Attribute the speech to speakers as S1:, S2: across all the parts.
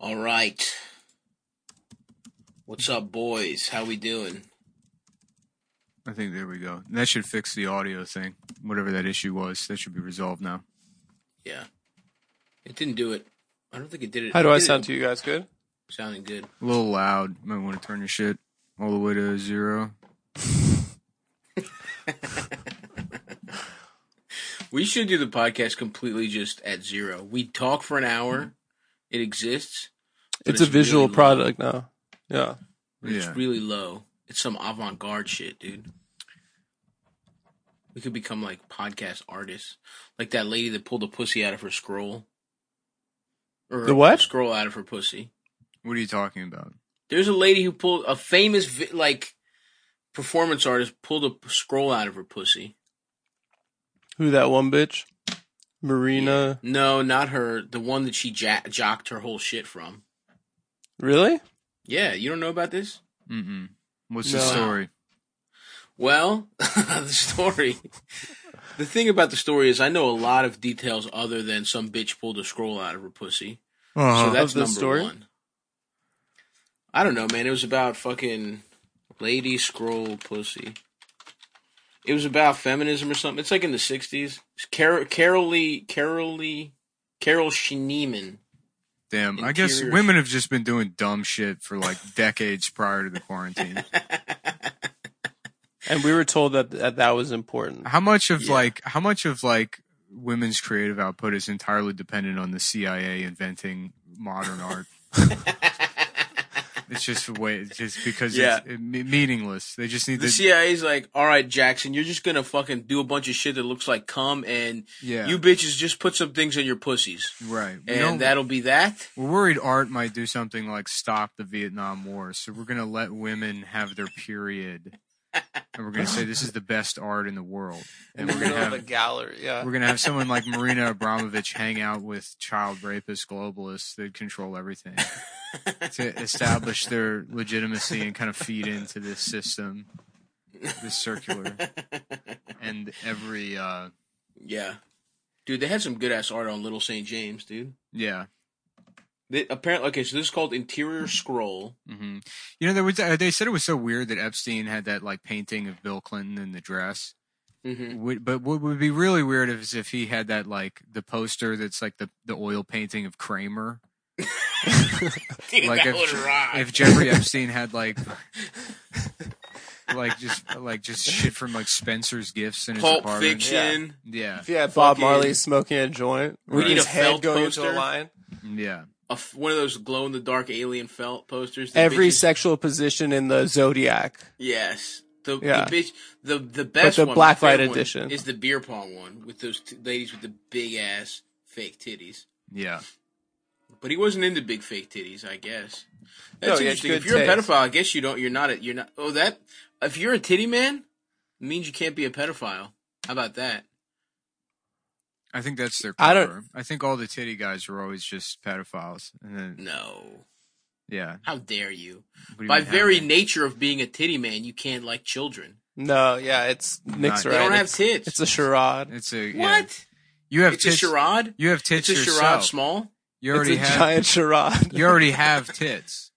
S1: All right. What's up, boys? How we doing?
S2: I think there we go. And that should fix the audio thing. Whatever that issue was, that should be resolved now.
S1: Yeah. It didn't do it. I don't think it did it.
S3: How do
S1: it
S3: I
S1: did
S3: sound
S1: it
S3: to you guys? Good.
S1: Sounding good.
S2: A little loud. Might want to turn your shit all the way to zero.
S1: We should do the podcast completely just at zero. We talk for an
S3: Mm-hmm.
S1: hour. It exists. but
S3: It's, a visual
S1: really low.
S3: product now. Yeah.
S1: It's
S2: Yeah.
S1: really low. It's some avant garde shit, dude. We could become like podcast artists. Like that lady that pulled a pussy out of her scroll. Or
S3: The what?
S1: Scroll out of her pussy.
S2: What are you talking about?
S1: There's a lady who pulled a famous vi- like performance artist pulled a p- scroll out of her pussy.
S3: Who that one bitch? Marina.
S1: No, not her. The one that she ja- jocked her whole shit from.
S3: Really?
S1: Yeah, you don't know about this?
S2: Mm-mm. What's the
S3: No.
S2: story?
S1: Well, the story. The thing about the story is, I know a lot of details other than some bitch pulled a scroll out of her pussy. So
S2: Uh-huh.
S1: that's
S3: Of the
S1: number
S3: story?
S1: one. I don't know, man. It was about fucking lady scroll pussy. It was about feminism or something. It's like in the '60s. It's Carol, Carol Lee, Carol Lee, Carol Schneeman.
S2: Damn. I guess
S1: Interior
S2: women have just been doing dumb shit for like decades prior to the quarantine.
S3: And we were told that that, that was important.
S2: How much of
S1: Yeah.
S2: like how much of like women's creative output is entirely dependent on the CIA inventing modern art? It's just a way, it's just because it's it, me- meaningless. They just need
S1: The
S2: to,
S1: CIA's like, all right, Jackson, you're just gonna fucking do a bunch of shit that looks like cum, and
S2: yeah,
S1: you bitches just put some things in your pussies,
S2: right. We
S1: and
S2: don't-
S1: that'll be that.
S2: We're worried art might do something like stop the Vietnam War, so we're going to let women have their period, and we're going to say this is the best art in the world, and we're going
S1: Oh
S2: to have
S3: gallery. Yeah.
S2: we're going to have someone like Marina Abramovich hang out with child rapist globalists that control everything to establish their legitimacy and kind of feed into this system, this circular, and every uh,
S1: Yeah, dude, they had some good ass art on Little Saint James, dude.
S2: yeah.
S1: They, apparently, okay, so this is called interior scroll.
S2: hmm You know, there was, uh, they said it was so weird that Epstein had that like painting of Bill Clinton in the dress.
S1: Mm-hmm.
S2: Would, but what would be really weird is if he had that like the poster that's like the, the oil painting of Kramer.
S1: Dude,
S2: Like
S1: that
S2: if,
S1: would rock.
S2: if Jeffrey Epstein had like like just like just shit from like Spencer's gifts in his
S1: Pulp
S2: apartment.
S1: Fiction.
S2: Yeah,
S3: If you had Bob
S1: Fucking-
S3: Marley smoking a joint
S2: We
S3: with
S2: need
S3: his
S1: a
S3: head
S1: felt
S3: going into
S1: poster.
S3: a line,
S2: yeah.
S1: A f one of those glow in the dark alien felt posters. that
S3: every
S1: bitches-
S3: sexual position in the zodiac.
S1: Yes. The,
S3: Yeah.
S1: the bitch the the best
S3: the
S1: one,
S3: black
S1: my favorite
S3: light
S1: one,
S3: edition.
S1: is the beer pong one with those two ladies with the big ass fake titties.
S2: Yeah,
S1: But he wasn't into big fake titties, I guess. That's
S3: he had
S1: interesting.
S3: good
S1: If you're a
S3: taste.
S1: pedophile, I guess you don't. You're not. A, you're not. Oh, that. If you're a titty man, it means you can't be a pedophile. How about that?
S2: I think that's their. Cover.
S3: I
S2: I
S3: don't-
S2: I think all the titty guys were always just pedophiles, and then
S1: No.
S2: yeah.
S1: How dare you?
S2: What do you
S1: By
S2: mean, how
S1: very
S2: many?
S1: nature of being a titty man, you can't like children.
S3: No, yeah, it's Nick's
S2: They
S3: right.
S1: They don't have
S3: it's,
S1: tits.
S3: it's a charade.
S2: it's a yeah.
S1: what?
S2: you have
S1: It's
S2: tits.
S1: a charade.
S2: You have tits
S1: It's a
S2: yourself.
S1: charade. Small.
S2: You
S3: It's
S2: already
S3: a
S2: have.
S3: giant charade.
S2: You already have tits.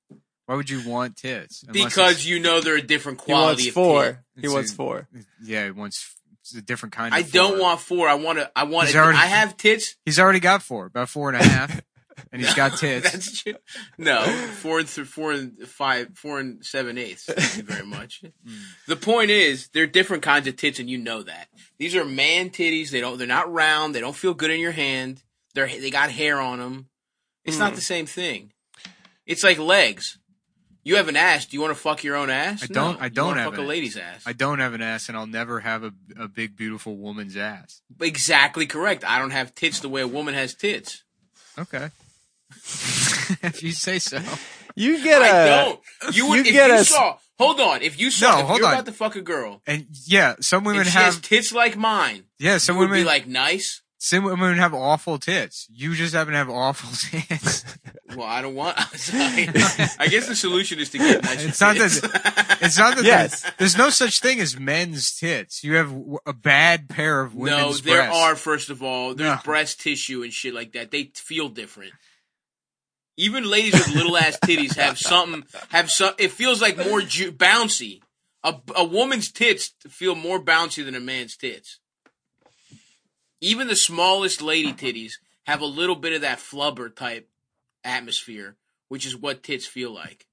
S2: Why would you want tits? Unless
S1: Because you know they're a different
S3: he
S1: quality
S3: wants
S1: of tit.
S3: four. He
S2: It's
S3: wants
S2: a-
S3: four.
S2: it's- yeah, he wants it's a different kind.
S1: I
S2: of
S1: don't
S2: four.
S1: want four. I want to. I want.
S2: He's
S1: A,
S2: already-
S1: I have tits.
S2: He's already got four, about four and a half, and he's got tits.
S1: That's true. No, four and th- four and five, four and seven eighths. Thank you very much.
S2: Mm.
S1: The point is, they're different kinds of tits, and you know that. These are man titties. They don't. They're not round. They don't feel good in your hand. They're they got hair on them. It's
S2: Mm.
S1: not the same thing. It's like legs. You have an ass. Do you want to fuck your own ass?
S2: I don't-
S1: No.
S2: I
S1: You
S2: don't
S1: wanna
S2: have
S1: fuck
S2: an
S1: a
S2: ass.
S1: lady's ass.
S2: I don't have an ass, and I'll never have a, a big, beautiful woman's ass.
S1: exactly correct. I don't have tits the way a woman has tits.
S2: Okay. if you say so.
S3: You get a.
S1: I don't. You would
S3: you
S1: if
S3: get
S1: you
S3: us-
S1: saw. Hold on. If you saw,
S2: No,
S1: if
S2: hold
S1: you're
S2: on.
S1: about to fuck a girl
S2: And yeah, some women
S1: and she
S2: have
S1: has tits like mine,
S2: yeah, some
S1: would be
S2: women
S1: like nice.
S2: some women have awful tits. You just happen to have awful tits.
S1: Well, I don't want. I'm sorry. I guess the solution is to get nice.
S2: It's not
S1: tits.
S2: it's not that
S3: Yes.
S2: there's, there's no such thing as men's tits. You have w- a bad pair of
S1: no,
S2: women's
S1: there
S2: breasts.
S1: are. First of all, there's
S2: No.
S1: breast tissue and shit like that. They feel different. Even ladies with little ass titties have something. Have some. It feels like more ju- bouncy. A, a woman's tits feel more bouncy than a man's tits. Even the smallest lady titties have a little bit of that flubber type atmosphere, which is what tits feel like.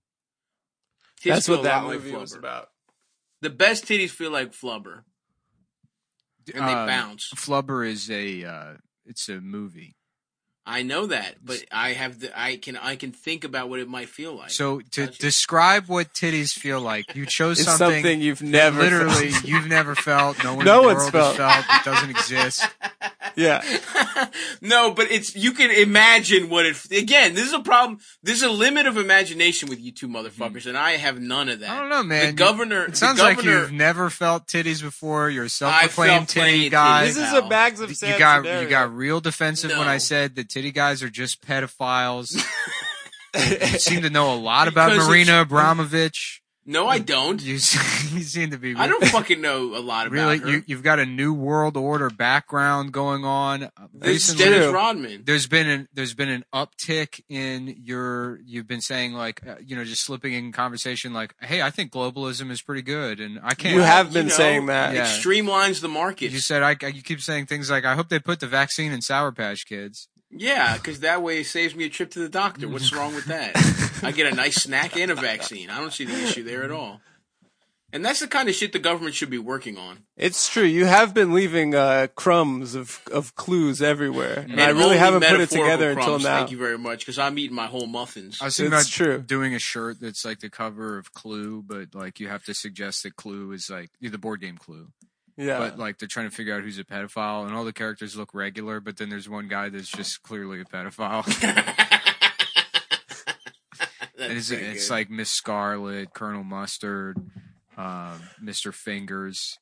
S1: Tits
S3: That's
S1: feel
S3: what
S1: a
S3: that
S1: lot like
S3: movie was
S1: flubber.
S3: about.
S1: The best titties feel like flubber, and they
S2: Um,
S1: bounce.
S2: Flubber is a uh, it's a movie.
S1: I know that, but I have the I can I can think about what it might feel like.
S2: So to
S1: Gotcha.
S2: describe what titties feel like, you chose
S3: It's
S2: something,
S3: something, you've never
S2: literally you've never felt. No one in
S3: No
S2: the
S3: one's
S2: world
S3: felt.
S2: has felt. It doesn't exist.
S3: yeah.
S1: no, but it's you can imagine what it again. This is a problem. There's a limit of imagination with you two motherfuckers, and I have none of that.
S2: Hmm. I don't know, man.
S1: The governor.
S2: It sounds
S1: the
S2: like
S1: governor,
S2: you've never felt titties before. You're a
S1: felt
S2: self-proclaimed
S1: plenty
S2: titty
S1: of
S2: guy.
S3: This is
S1: Now,
S3: a bags of sand
S2: You got
S3: scenario.
S2: you got real defensive when I
S1: No.
S2: said the titty guys are just pedophiles. you seem to know a lot about
S1: Because it's-
S2: Marina Abramovich.
S1: no, I don't.
S2: You, se- you seem to be
S1: I don't fucking know a lot about
S2: really.
S1: her.
S2: You, you've got a new world order background going on. Uh,
S1: this is
S2: recently-
S1: Dennis Rodman.
S2: there's been an there's been an uptick in your you've been saying like uh, you know just slipping in conversation like hey I think globalism is pretty good and I can't
S3: You have
S1: you
S3: been
S1: know,
S3: saying that.
S1: It
S2: Yeah.
S1: streamlines the market.
S2: you said I, I- you keep saying things like I hope they put the vaccine in Sour Patch Kids
S1: Yeah, because that way it saves me a trip to the doctor. What's
S3: Mm-hmm.
S1: wrong with that? I get a nice snack and a vaccine. I don't see the issue there at
S3: Mm-hmm.
S1: all. And that's the kind of shit the government should be working on.
S3: It's true. You have been leaving uh, crumbs of of clues everywhere, and, I really
S1: only
S3: haven't put it
S1: metaphorical
S3: together until
S1: crumbs,
S3: now.
S1: Thank you very much, because I'm eating my whole muffins.
S2: I was thinking
S3: It's
S2: about
S3: true.
S2: doing a shirt that's like the cover of Clue but like you have to suggest that Clue is like the board game Clue
S3: yeah,
S2: but like they're trying to figure out who's a pedophile and all the characters look regular but then there's one guy that's just clearly a pedophile.
S1: That's
S2: And it's,
S1: pretty
S2: it's
S1: good.
S2: like Miss Scarlet, Colonel Mustard, um, Mr. Fingers,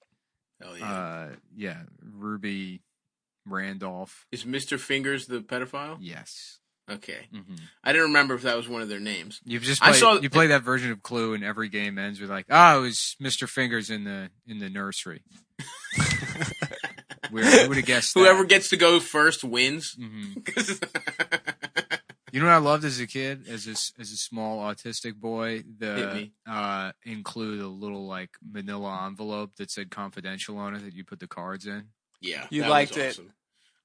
S1: oh yeah.
S2: uh, yeah, Ruby Randolph.
S1: Is Mr. Fingers the pedophile?
S2: Yes,
S1: Okay,
S2: hmm
S1: I didn't remember if that was one of their names.
S2: you've just
S1: I
S2: played,
S1: saw-
S2: you play that version of Clue, and every game ends with like, oh, it was Mr. Fingers in the in the nursery. Weird. Who would have guessed?
S1: Whoever gets to go first wins.
S2: hmm
S1: 'Cause-
S2: You know what I loved as a kid, as a s- as a small autistic boy,
S1: Hit
S2: the
S1: me.
S2: uh, include a little like Manila envelope that said confidential on it that you put the cards in.
S1: yeah,
S3: You
S1: that was
S3: liked it.
S1: awesome.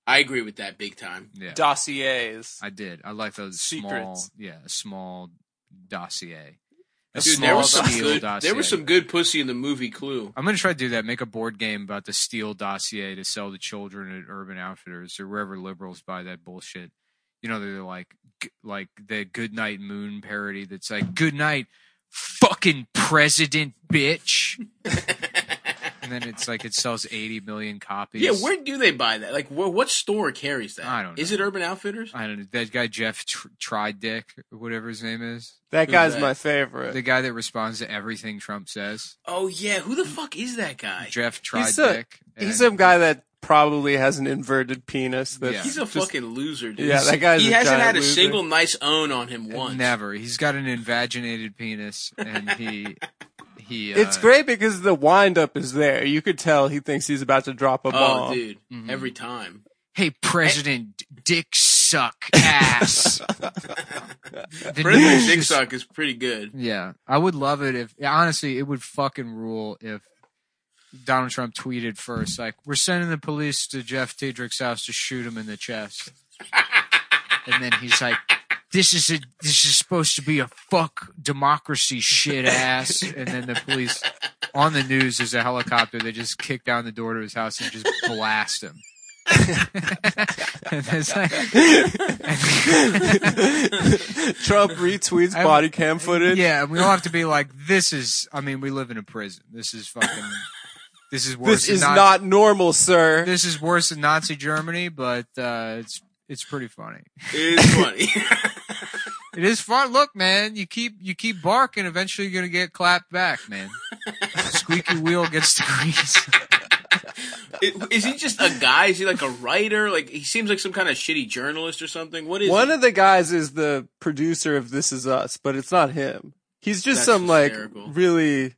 S1: I agree with that big time.
S2: Yeah,
S3: dossiers.
S2: I did. I like those small,
S3: Secrets.
S2: yeah, a small dossier. A
S1: Dude, there
S2: small
S1: was some
S2: steel
S1: good.
S2: dossier.
S1: There was some good pussy in the movie Clue.
S2: I'm gonna try to do that. Make a board game about the steel dossier to sell to children at Urban Outfitters or wherever liberals buy that bullshit. You know, they're like, g- like the Goodnight Moon parody. That's like, Goodnight, fucking president, bitch. and then it's like it sells 80 million copies.
S1: Yeah, where do they buy that? Like, wh- what store carries that?
S2: I don't
S1: Is it Urban Outfitters?
S2: I don't know that guy Jeff Tr- Tridick, whatever his name is.
S3: That
S1: Who's
S3: guy's
S1: that?
S3: my favorite.
S2: The guy that responds to everything Trump says.
S1: Oh yeah, who the fuck is that guy?
S2: Jeff
S3: He's
S2: Tridick.
S3: a- He's
S2: and-
S3: some guy that probably has an inverted penis. That's
S2: Yeah.
S1: He's a
S3: just-
S1: fucking loser, dude.
S3: Yeah, that guy's
S1: He
S3: a
S1: hasn't
S3: giant
S1: had a
S3: loser.
S1: single nice own on him once.
S2: Never. He's got an invaginated penis, and he he. Uh,
S3: It's great because the wind up is there. You could tell he thinks he's about to drop a
S1: Oh,
S3: bomb.
S1: dude,
S2: Mhm.
S1: every time.
S2: Hey, President Dick Suck Ass. The news
S1: President Dick
S2: is-
S1: Suck is pretty good.
S2: Yeah, I would love it if honestly it would fucking rule if Donald Trump tweeted first like we're sending the police to Jeff Tiedrick's house to shoot him in the chest, and then he's like. This is a this is supposed to be a fuck democracy shit ass, and then the police on the news is a helicopter. They just kick down the door to his house and just blast him. and it's like,
S3: Trump retweets
S2: I'm-
S3: body cam footage.
S2: Yeah, and we all have to be like, this is. I mean, we live in a prison. This is fucking. This is worse.
S3: This
S2: than
S3: is
S2: Nazi-
S3: not normal, sir.
S2: This is worse than Nazi Germany, but uh, it's it's pretty funny.
S1: It's funny.
S2: It is fun. Look, man, you keep you keep barking. Eventually, you're gonna get clapped back, man. Squeaky wheel gets the grease.
S1: I- is he just a guy? Is he like a writer? Like he seems like some kind of shitty journalist or something. What is
S3: One
S1: he?
S3: of the guys is the producer of This Is Us, but it's not him. He's just
S1: That's
S3: some like
S1: hysterical.
S3: really,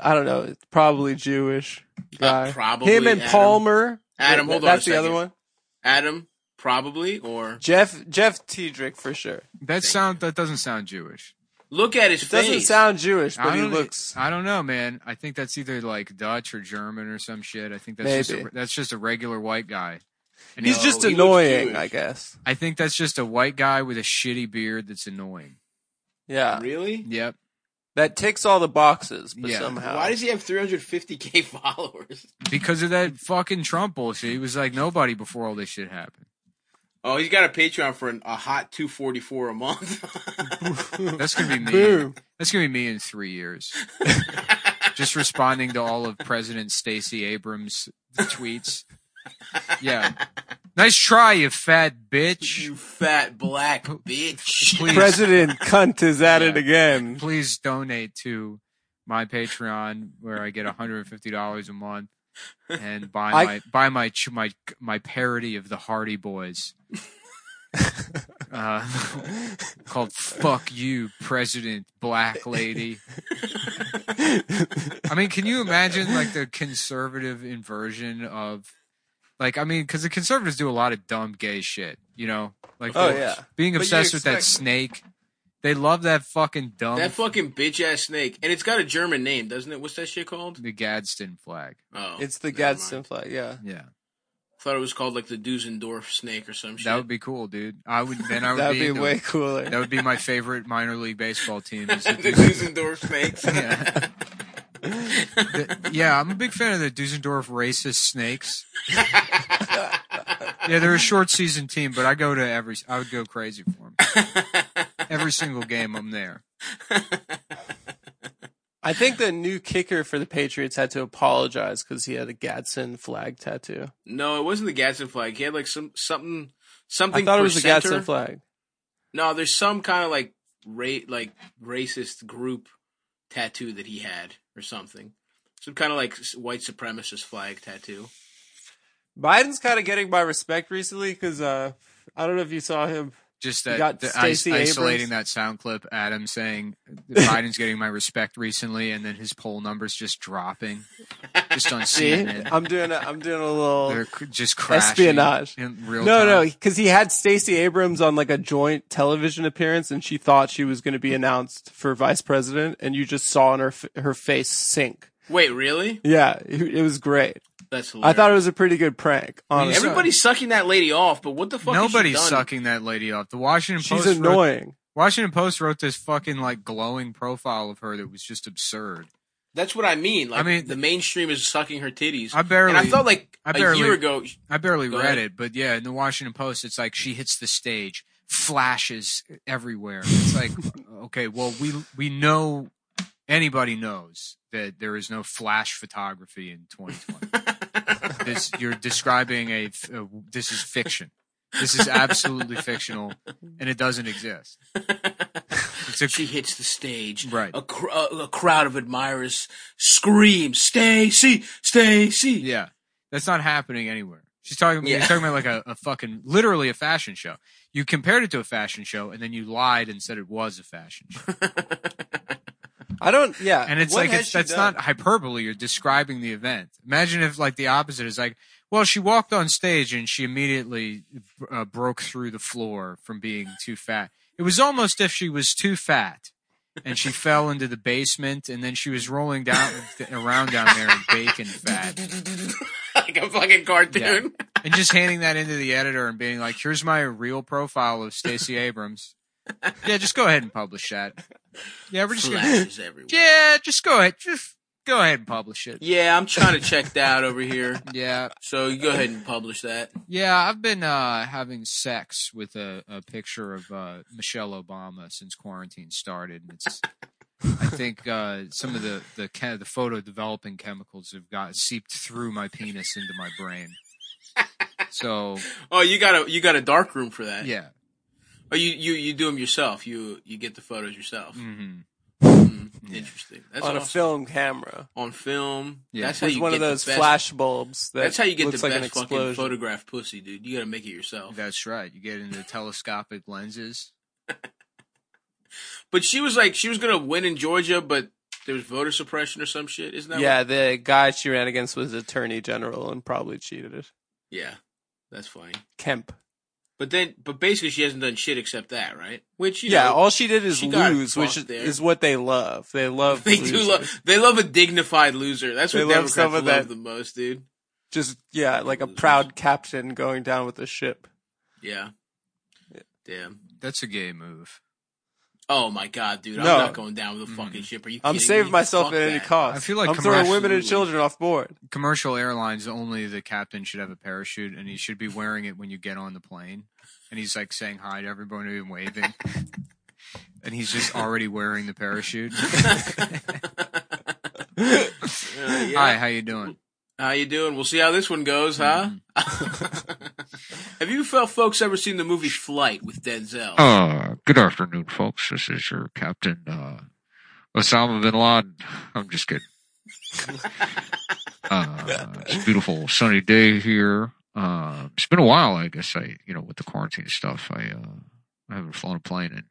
S3: I don't know, probably Jewish
S1: Uh,
S3: guy.
S1: probably
S3: him and
S1: Adam.
S3: Palmer.
S1: Adam,
S3: That-
S1: hold on
S3: That's
S1: a
S3: the other
S1: second.
S3: one.
S1: Adam probably, or
S3: Jeff Jeff Tiedrick for sure.
S2: That sound that doesn't sound Jewish.
S1: look at his
S3: It
S1: face.
S3: doesn't sound Jewish,
S2: I
S3: but he
S1: e-
S2: don't-
S3: looks.
S2: I don't know, man. I think that's either like Dutch or German or some shit. I think that's just
S3: Maybe.
S2: a, that's just a regular white guy. And
S3: He's
S1: No,
S3: just
S1: he looks
S3: annoying,
S1: Jewish.
S3: I guess.
S2: I think that's just a white guy with a shitty beard that's annoying.
S3: Yeah,
S1: really?
S2: Yep.
S3: that ticks all the boxes, but
S2: Yeah.
S3: somehow.
S1: Why does he have 350k followers?
S2: Because of that fucking Trump bullshit. He was like nobody before all this shit happened.
S1: Oh, he's got a Patreon for an, a hot 244 a month.
S2: That's gonna be me.
S3: Boom.
S2: That's gonna be me in three years. Just responding to all of President Stacey Abrams' tweets. Yeah. Nice try, you fat bitch.
S1: you fat black bitch.
S2: Please,
S3: President cunt is at it
S2: Yeah.
S3: again.
S2: please donate to my Patreon where I get $150 a month and buy
S3: I-
S2: my buy my ch- my my parody of the Hardy Boys. uh, called "Fuck You, President Black Lady." I mean, can you imagine like the conservative inversion of like I mean, because the conservatives do a lot of dumb gay shit, you know, like
S3: Oh,
S2: the-
S3: yeah.
S2: being
S3: But you
S2: obsessed with that
S3: expect-
S2: snake. They love that fucking dumb
S1: That fucking bitch ass snake, and it's got a German name, doesn't it? What's that shit called?
S2: the Gadsden flag.
S1: Oh,
S3: It's the
S1: never
S3: Gadsden
S1: mind.
S3: flag. Yeah,
S2: Yeah,
S1: Thought it was called like the Dusendorf snake or some shit.
S2: that would be cool, dude. I would then I would
S3: that'd
S2: be,
S3: be
S2: into
S3: way
S2: it.
S3: cooler.
S2: That would be my favorite minor league baseball team. is the
S1: the
S2: Dues-
S1: Dusendorf snakes.
S2: yeah. The- yeah, I'm a big fan of the Dusendorf racist snakes. yeah, they're a short season team, but I go to every. I would go crazy for them. Every single game, I'm there.
S3: I think the new kicker for the Patriots had to apologize because he had a Gadsden flag tattoo.
S1: No, it wasn't the Gadsden flag. He had like some something
S3: I
S1: something.
S3: thought it was the
S1: percenter.
S3: Gadsden flag.
S1: No, there's some kind of like ra- like racist group tattoo that he had or something. Some kind of like s- white supremacist flag tattoo.
S3: Biden's kind of getting my respect recently because uh, I don't know if you saw him.
S2: Just
S3: You
S2: that
S3: got
S2: the- is-
S3: Stacey
S2: isolating
S3: Abrams.
S2: that sound clip, Adam saying that Biden's getting my respect recently, and then his poll numbers just dropping, just on
S3: See,
S2: CNN.
S3: I'm doing a, I'm doing a little.
S2: They're c- just crashing.
S3: Espionage.
S2: In real
S3: No,
S2: time.
S3: no, because he had Stacey Abrams on like a joint television appearance, and she thought she was going to be announced for vice president, and you just saw in her f- her face sink.
S1: Wait, really?
S3: Yeah, it, it was great.
S1: That's
S3: I
S1: hilarious.
S3: thought it was a pretty good prank. Honestly,
S1: everybody's sucking that lady off, but what the fuck? has she
S2: Nobody's
S1: done?
S2: sucking that lady off. The Washington
S3: she's
S2: Post wrote
S3: annoying.
S2: Washington Post wrote this fucking like glowing profile of her that was just absurd.
S1: That's what I mean. Like,
S2: I mean-
S1: the mainstream is sucking her titties.
S2: I
S1: and
S2: barely,
S1: I felt like
S2: I
S1: a
S2: barely-
S1: year ago.
S2: I barely
S1: Go
S2: read
S1: ahead.
S2: it, but yeah, in the Washington Post, it's like she hits the stage, flashes everywhere. It's like, okay, well, we we know anybody knows that there is no flash photography in 2020. this you're describing a, f- a- this is fiction. This is absolutely fictional, and it doesn't exist. It's a,
S1: She hits the stage.
S2: Right.
S1: A, cr- a, a crowd of admirers scream, "Stacy, Stacy!"
S2: Yeah, that's not happening anywhere. She's talking. You're
S1: Yeah.
S2: talking about like a, a fucking, literally a fashion show. You compared it to a fashion show, and then you lied and said it was a fashion show.
S3: I don't. Yeah,
S2: And it's
S3: What
S2: like
S3: has
S2: it's,
S3: she
S2: that's
S3: done?
S2: not hyperbole. You're describing the event. Imagine if like the opposite is like, well, she walked on stage and she immediately uh, broke through the floor from being too fat. It was almost if she was too fat. And she fell into the basement, and then she was rolling down around down there in bacon fat.
S1: like a fucking cartoon.
S2: and just handing that into the editor and being like, "Here's my real profile of Stacey Abrams." Yeah, just go ahead and publish that. Yeah, we're just gonna.
S1: Flashes everywhere.
S2: Yeah, just go ahead. Just go ahead and publish it.
S1: Yeah, I'm trying to check that over here.
S2: Yeah,
S1: So you go ahead and publish that.
S2: yeah. I've been uh, having sex with a, a picture of uh, Michelle Obama since quarantine started, and it's. I think uh, some of the the che- the photo developing chemicals have got seeped through my penis into my brain. So
S1: Oh, you got a you got a dark room for that.
S2: yeah.
S1: Oh, you you you do them yourself. You you get the photos yourself.
S2: hmm
S1: Mm, Interesting. That's
S3: Mm-hmm. on
S1: on
S3: a film camera.
S1: on film.
S2: Yeah.
S1: That's how
S3: With
S1: you
S3: one
S1: get
S3: of those
S1: the best,
S3: flash bulbs. That
S1: That's how you get the
S3: looks
S1: best
S3: like an
S1: fucking
S3: explosion.
S1: photograph pussy, dude. You got to make it yourself.
S2: That's right. You get into telescopic lenses.
S1: But she was like, she was gonna win in Georgia, but there was voter suppression or some shit. Isn't that?
S3: Yeah, the guy she ran against was attorney general and probably cheated.
S1: What? Yeah. That's funny.
S3: Kemp.
S1: But then, but basically, she hasn't done shit except that, right? Which you
S3: yeah,
S1: know,
S3: all she did is
S1: she got
S3: lose, which
S1: fucked
S3: is,
S1: there.
S3: is what they love. They love.
S1: they do
S3: losers.
S1: love. They love a dignified loser. That's what
S3: They love
S1: Democrats
S3: someone
S1: love
S3: that-
S1: the most, dude.
S3: Just yeah, like a
S1: Losers.
S3: proud captain going down with a ship.
S1: Yeah. Damn.
S2: That's a gay move.
S1: Oh my god, dude! I'm
S3: No.
S1: not going down with a fucking ship. Are you?
S3: I'm
S1: kidding
S3: saving
S1: me?
S3: myself
S1: Fuck
S3: at any
S1: that.
S3: cost.
S2: I feel like
S3: I'm throwing women and
S1: commercially-
S3: children off board.
S2: Commercial airlines only the captain should have a parachute, and he should be wearing it when you get on the plane. And he's like saying hi to everyone and waving, and he's just already wearing the parachute.
S1: Uh, yeah.
S2: Hi, how you doing?
S1: How you doing? We'll see how this one goes, huh?
S4: Mm-hmm.
S1: Have you fel- folks ever seen the movie Flight with Denzel?
S4: Uh, good afternoon, folks. This is your captain, uh, Osama bin Laden. I'm just kidding. uh, it's a beautiful sunny day here. Uh, it's been a while, I guess. I, you know, with the quarantine stuff, I, uh, I haven't flown a plane in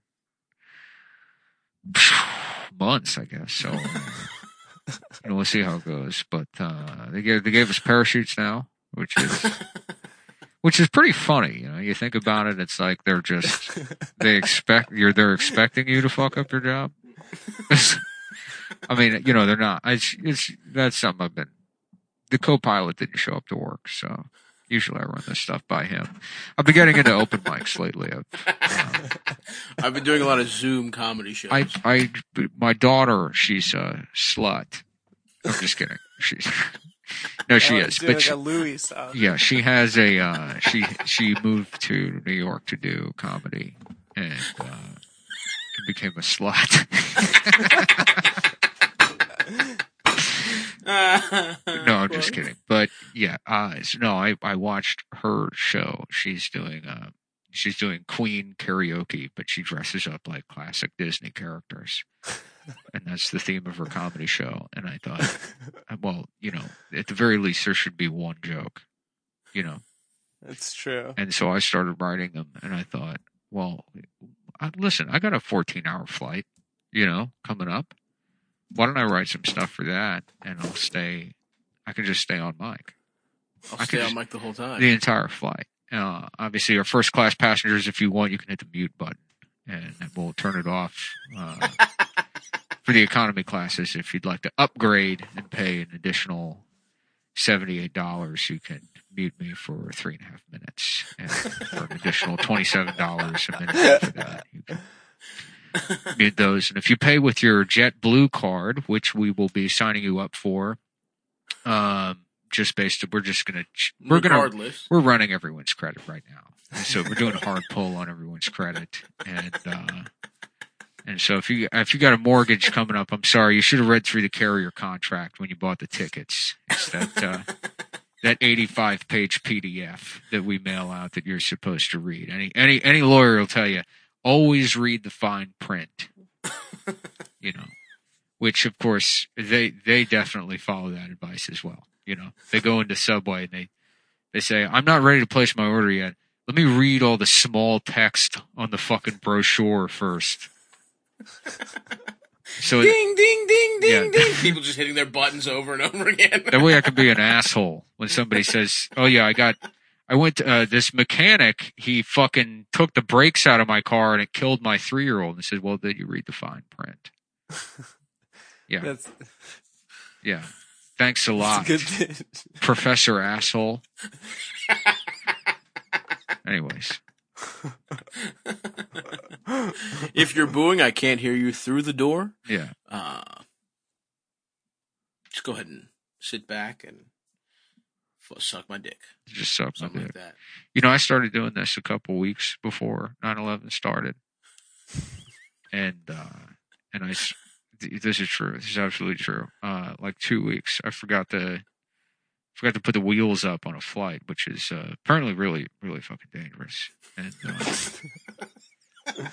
S4: months, I guess. So, uh, you know, we'll see how it goes. But uh, they gave they gave us parachutes now, which is which is pretty funny. You know, you think about it, it's like they're just they expect you're they're expecting you to fuck up your job. I mean, you know, they're not. It's it's that's something I've been. The co-pilot didn't show up to work, so usually I run this stuff by him. I've been getting into open mics lately. I've
S1: I've been doing a lot of Zoom comedy shows.
S4: I, I, my daughter, she's a slut. I'm just kidding. She's no, she
S3: Oh,
S4: is,
S3: doing
S4: but she,
S3: like a Louis sound.
S4: yeah, she has a uh, she she moved to New York to do comedy and uh, became a slut.
S1: Uh,
S4: no, I'm just kidding. But yeah, uh, so no, I I watched her show. She's doing uh, she's doing Queen karaoke, but she dresses up like classic Disney characters. And that's the theme of her comedy show. And I thought, uh, well, you know, at the very least, there should be one joke, you know,
S3: It's true.
S4: and so I started writing them, and I thought, well, I, listen, I got a 14 hour flight, you know, coming up. Why don't I write some stuff for that, and I'll stay. I can just stay on mic
S1: I'll
S4: I
S1: stay
S4: could
S1: on
S4: just-
S1: mic the whole time.
S4: the entire flight. Uh, obviously, our first class passengers, if you want, you can hit the mute button, and we'll turn it off. Uh, for the economy classes, if you'd like to upgrade and pay an additional seventy-eight dollars, you can mute me for three and a half minutes, and for an additional twenty-seven dollars a minute for that, you can mute those. And if you pay with your JetBlue card, which we will be signing you up for, um, just based, we're just gonna ch- we're gonna
S1: Regardless,
S4: we're running everyone's credit right now. And so we're doing a hard pull on everyone's credit. And uh and so if you if you got a mortgage coming up, I'm sorry, you should have read through the carrier contract when you bought the tickets. It's that uh that 85 page PDF that we mail out that you're supposed to read. Any any any lawyer will tell you always read the fine print. You know, which of course they they definitely follow that advice as well. You know, they go into Subway and they they say, I'm not ready to place my order yet. Let me read all the small text on the fucking brochure first. So that
S1: ding ding ding ding
S4: Yeah.
S1: ding. People just hitting their buttons over and over again.
S4: way I can be an asshole when somebody says, Oh yeah, I got, I went to uh, this mechanic. He fucking took the brakes out of my car and it killed my three year old. And said, Well, did you read the fine print? Yeah.
S3: That's,
S4: Yeah. Thanks a lot.
S3: that's a good bit.
S4: Professor asshole. Anyways,
S1: if you're booing, I can't hear you through the door.
S4: yeah.
S1: Uh, just go ahead and sit back and f- suck my dick,
S4: Just suck my
S1: something
S4: dick.
S1: like that.
S4: you know, I started doing this a couple weeks before 9/11 started, and uh, and I s- th- this is true. This is absolutely true. Uh, like two weeks, I forgot to forgot to put the wheels up on a flight, which is uh, apparently really really fucking dangerous. And uh,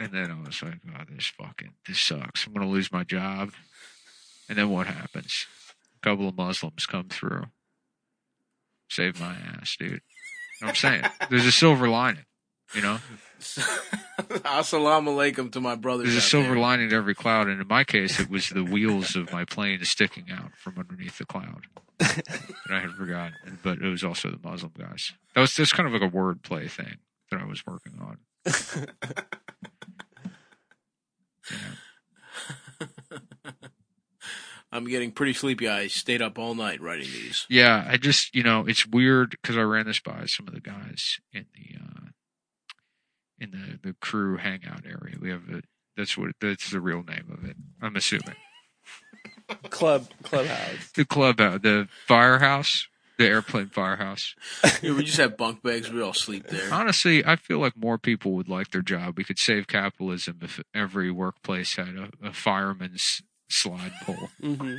S4: and then I was like, oh, this fucking this sucks. I'm gonna lose my job. And then what happens? A couple of Muslims come through, save my ass, dude. You know what I'm saying there's a silver lining. You know,
S1: Assalamu alaikum to my brothers.
S4: there's a
S1: out
S4: silver
S1: there.
S4: lining to every cloud, and in my case, it was the wheels of my plane sticking out from underneath the cloud that I had forgotten. But it was also the Muslim guys. That was just kind of like a wordplay thing that I was working on. Yeah.
S1: I'm getting pretty sleepy. I stayed up all night writing these.
S4: Yeah, I just you know it's weird because I ran this by some of the guys in the uh, in the the crew hangout area. We have a that's what that's the real name of it. I'm assuming
S3: Club clubhouse.
S4: the club uh, the firehouse, the airplane firehouse.
S1: Yeah, we just have bunk beds. We all sleep there.
S4: Honestly, I feel like more people would like their job. We could save capitalism if every workplace had a, a fireman's slide pole.
S3: Mm-hmm.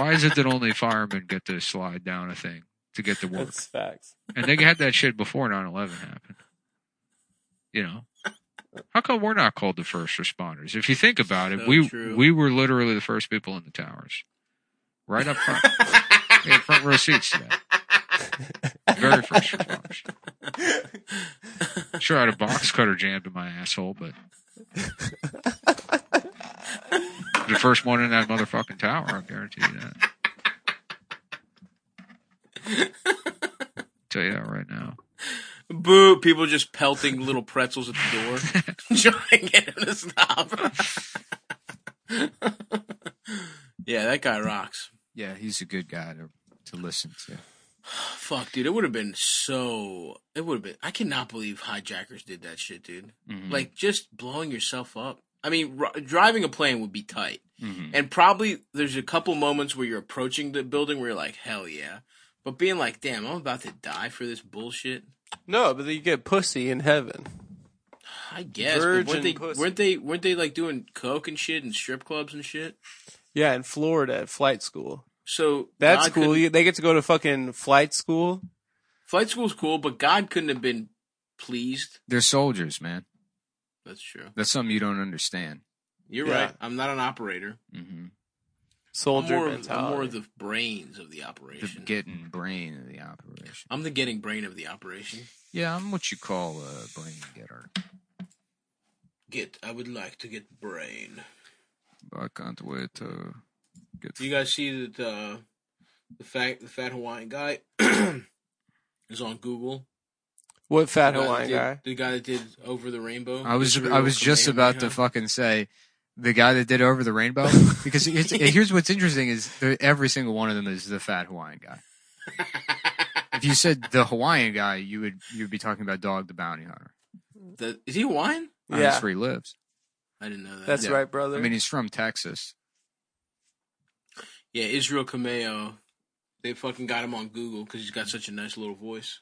S4: Why is it that only firemen get to slide down a thing to get to work?
S3: That's facts.
S4: And they had that shit before 9 11 happened. You know? How come we're not called the first responders? If you think about it,
S1: So
S4: we
S1: true.
S4: we were literally the first people in the towers. Right up front. we had front row seats to that. Very first responders. Sure, I had a box cutter jammed in my asshole, but the first one in that motherfucking tower, I guarantee you that. Tell you that right now.
S1: Boo! People just pelting little pretzels at the door, trying to get him to stop. yeah, that guy rocks.
S2: Yeah, he's a good guy to to listen to.
S1: Fuck, dude, it would have been so. It would have been. I cannot believe hijackers did that shit, dude.
S4: Mhm.
S1: Like just blowing yourself up. I mean, r- driving a plane would be tight,
S4: Mhm.
S1: and probably there's a couple moments where you're approaching the building where you're like, hell yeah, but being like, damn, I'm about to die for this bullshit.
S3: No, but you get pussy in heaven.
S1: I guess. but
S3: Virgin
S1: weren't they
S3: pussy.
S1: weren't they weren't they like doing coke and shit and strip clubs and shit?
S3: Yeah, in Florida at flight school.
S1: So
S3: That's
S1: God
S3: cool.
S1: couldn't-
S3: You, they get to go to fucking flight school.
S1: Flight school's cool, but God couldn't have been pleased.
S2: They're soldiers, man.
S1: That's true.
S2: That's something you don't understand.
S1: You're
S3: Yeah.
S1: right. I'm not an operator.
S2: Mm-hmm.
S1: I'm
S3: Soldier
S1: more, of, I'm
S3: mentality.
S1: more of the brains of the
S2: The
S1: operation.
S2: getting brain of the operation.
S1: I'm the getting brain of the operation.
S2: Yeah, I'm what you call a brain getter.
S1: Get. I would like to get brain.
S2: But I can't wait to get.
S1: Do you guys see that uh, the fat the fat Hawaiian guy is on Google?
S3: what fat
S1: The guy that
S3: Hawaiian
S1: did-
S3: guy?
S1: The guy that did Over the Rainbow.
S2: I was
S1: Israel
S2: I was just about to
S1: Kamehameha.
S2: fucking say the guy that did over the rainbow because here's, here's what's interesting is there, every single one of them is the fat Hawaiian guy. If you said the Hawaiian guy, you would you'd be talking about Dog the Bounty Hunter.
S1: The- is he Hawaiian?
S2: Uh,
S3: Yeah.
S2: That's where he lives.
S1: I didn't know that.
S3: That's
S2: Yeah.
S3: right, brother.
S2: I mean, he's from Texas.
S1: yeah, Israel Kameo. They fucking got him on Google because he's got such a nice little voice.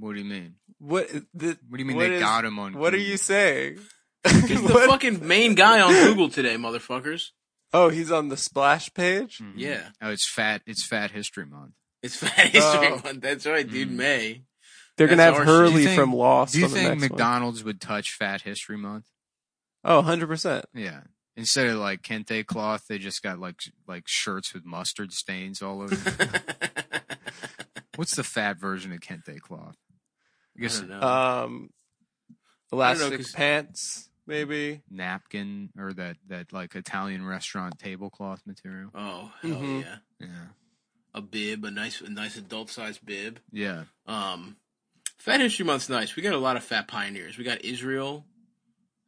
S2: What do you mean?
S3: what? The,
S2: What do you mean
S3: what
S2: they
S3: is-
S2: got him on?
S3: What are
S2: Google?
S3: you saying?
S1: He's the
S3: What-
S1: fucking main guy on Google today, motherfuckers.
S3: Oh, he's on the splash page.
S2: Mhm.
S1: Yeah.
S2: Oh, it's fat. It's Fat History Month.
S1: It's Fat History
S3: Oh.
S1: Month. That's right, dude.
S2: Mm.
S1: May.
S3: They're gonna
S1: That's our shit.
S3: have
S1: Do
S2: you
S3: Hurley
S2: think-
S3: from Lost.
S2: Do you
S3: on the
S2: think
S3: next one.
S2: McDonald's would touch Fat History Month?
S3: Oh, 100 percent.
S2: Yeah. Instead of like kente cloth, they just got like like shirts with mustard stains all over. them. What's the fat version of kente cloth? I
S1: I
S2: guess
S1: don't know.
S3: Um,
S1: don't know,
S3: elastic
S1: 'cause-
S3: pants, maybe.
S2: napkin or that that like Italian restaurant tablecloth material.
S1: oh hell
S3: mhm.
S1: yeah,
S2: Yeah.
S1: a bib, a nice, a nice adult sized bib.
S2: Yeah.
S1: Um, Fat History Month's nice. We got a lot of fat pioneers. We got Israel.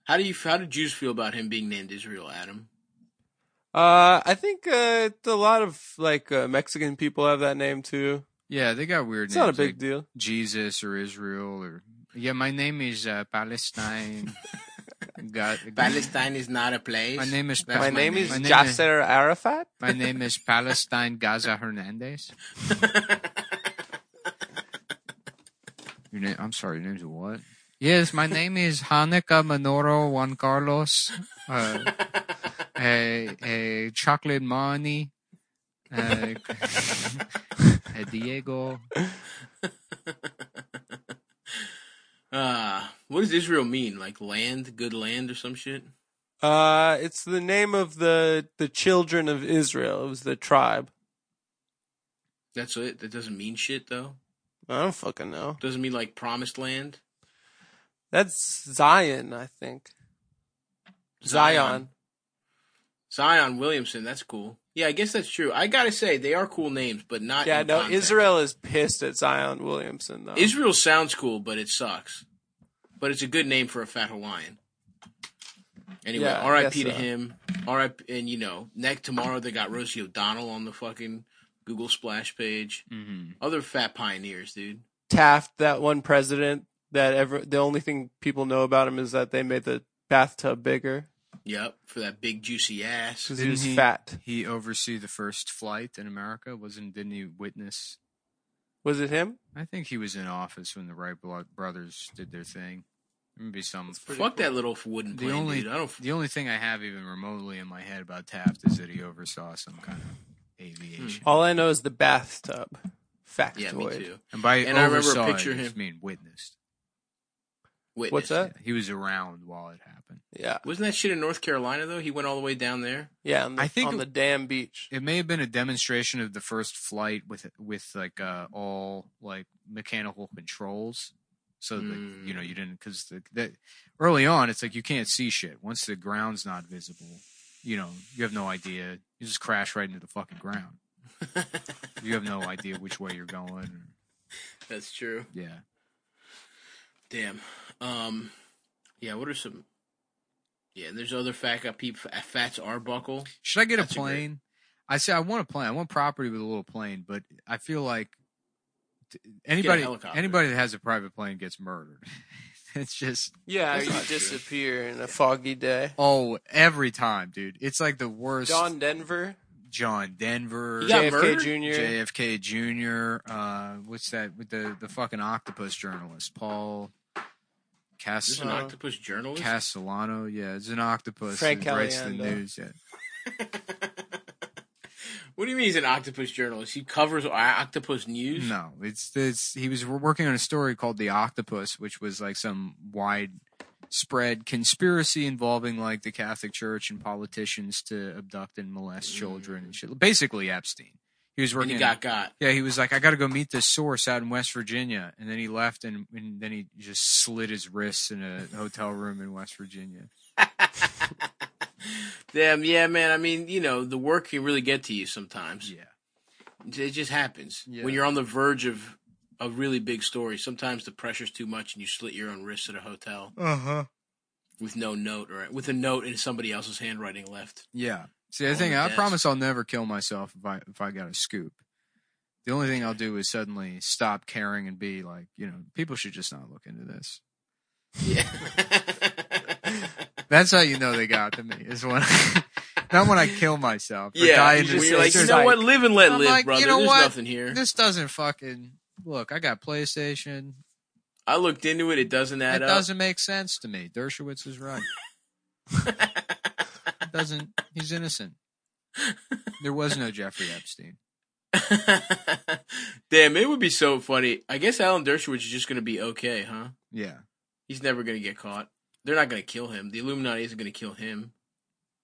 S1: How do you? How do Jews feel about him being named Israel, Adam?
S3: Uh, I think uh, a lot of like uh, Mexican people have that name too.
S2: Yeah, they got weird
S3: It's
S2: names.
S3: not a big
S2: like
S3: deal.
S2: Jesus or Israel or Yeah, my name is uh, Palestine. God,
S1: Palestine is not a place.
S2: My name is
S1: That's
S3: My
S2: Palestine.
S3: name is
S2: My name is-
S3: Yasser Arafat.
S2: My name is Palestine Gaza Hernandez. Your name? I'm sorry. Your name's what? Yes, my name is Hanukkah Manoro Juan Carlos. Uh, a, a chocolate money. Uh, a Diego.
S1: Uh, what does Israel mean? Like land, good land, or some shit?
S3: Uh, it's the name of the the children of Israel. It was the tribe.
S1: That's it. That doesn't mean shit though.
S3: I don't fucking know.
S1: Doesn't mean like promised land.
S3: That's Zion, I think. Zion.
S1: Zion Williamson. That's cool. Yeah, I guess that's true. I gotta say they are cool names, but not.
S3: Yeah,
S1: in
S3: no,
S1: context.
S3: Israel is pissed at Zion Williamson though.
S1: Israel sounds cool, but it sucks. But it's a good name for a fat Hawaiian. Anyway,
S3: Yeah, I
S1: R.I.P. to
S3: guess so.
S1: him. R.I.P. And you know, next tomorrow they got Rosie O'Donnell on the fucking Google splash page.
S4: Mm-hmm.
S1: Other fat pioneers, dude.
S3: Taft, that one president that ever the only thing people know about him is that they made the bathtub bigger
S1: Yep, for that big juicy ass.
S3: because he
S2: Didn't
S3: was
S2: he-
S3: fat.
S2: He oversee the first flight in America. Wasn't didn't he witness?
S3: Was it him?
S2: I think he was in office when the Wright bro- brothers did their thing. Maybe some.
S1: Fuck that little wooden
S2: The
S1: plane,
S2: only-
S1: dude. I don't.
S2: The only thing I have even remotely in my head about Taft is that he oversaw some kind of aviation.
S3: All I know is the bathtub. Factoid.
S1: Yeah, me too.
S2: And by
S1: Hmm. And I remember a
S2: oversaw, I,
S1: picture of
S2: just mean witnessed.
S1: Witness.
S3: What's that?
S2: He was around while it happened.
S3: Yeah,
S1: Wasn't that shit in North Carolina though? He went all the way down there.
S3: yeah. On the,
S2: I think
S3: on
S2: it-
S3: the damn beach.
S2: It may have been a demonstration of the first flight with with like uh, all like mechanical controls, so that you know
S1: Mm.
S2: you didn't because the, that early on it's like you can't see shit once the ground's not visible. You know you have no idea. You just crash right into the fucking ground. You have no idea which way you're going. or-
S1: That's true.
S2: yeah,
S1: Damn. Um. Yeah. What are some? Yeah. There's other fat guy peep. uh, Fats Arbuckle.
S2: should I get
S1: That's
S2: a
S1: a great-
S2: plane? I say I want a plane. I want property with a little plane, but I feel like t- anybody
S1: helicopter.
S2: anybody that has a private plane gets murdered. it's just
S3: Yeah,
S1: That's
S3: you
S1: not true.
S3: disappear in a foggy day.
S2: Oh, every time, dude. It's like the worst.
S3: John Denver,
S2: John Denver,
S1: He got
S3: JFK
S1: murdered?
S3: Jr.
S2: JFK Jr. Uh, what's that with the the fucking octopus journalist, Paul
S1: This is
S2: Cas-
S1: an
S3: Uh,
S1: octopus journalist.
S2: Castellano? Yeah, it's an octopus.
S3: Frank
S2: that writes the
S3: Caliendo.
S2: news. Yeah.
S1: what do you mean he's an octopus journalist? He covers o- uh, octopus news.
S2: No, it's this. He was working on a story called "The Octopus," which was like some widespread conspiracy involving like the Catholic Church and politicians to abduct and molest children and shit. Basically, Epstein. He was
S1: And
S2: working.
S1: he got got.
S2: Yeah, he was like, I got to go meet this source out in West Virginia, and then he left, and, and then he just slid his wrists in a hotel room in West Virginia.
S1: Damn. Yeah, man. I mean, you know, the work can really get to you sometimes.
S2: Yeah,
S1: It just happens
S2: Yeah.
S1: when you're on the verge of a really big story. Sometimes the pressure's too much, and you slit your own wrists at a hotel
S2: uh huh.
S1: with no note or with a note in somebody else's handwriting left.
S2: Yeah. See, the
S1: On
S2: thing
S1: the
S2: I
S1: desk.
S2: promise I'll never kill myself if I if I got a scoop. The only thing I'll do is suddenly stop caring and be like, you know, people should just not look into this.
S1: Yeah.
S2: That's how you know they got to me. Is when, not when I kill myself. Or
S1: yeah.
S2: die
S1: You
S2: in
S1: just,
S2: this-
S1: you're like, you
S2: there's-
S1: know what? Live and let
S2: I'm
S1: live,
S2: like, you
S1: brother.
S2: know
S1: There's
S2: what?
S1: nothing here.
S2: this doesn't fucking look. I got PlayStation.
S1: I looked into it. It doesn't
S2: That
S1: add up.
S2: doesn't make sense to me. Dershowitz is right. It doesn't he's innocent. There was no Jeffrey Epstein.
S1: Damn, it would be so funny. I guess Alan Dershowitz is just going to be okay, huh?
S2: Yeah.
S1: He's never going to get caught. They're not going to kill him. The Illuminati isn't going to kill him.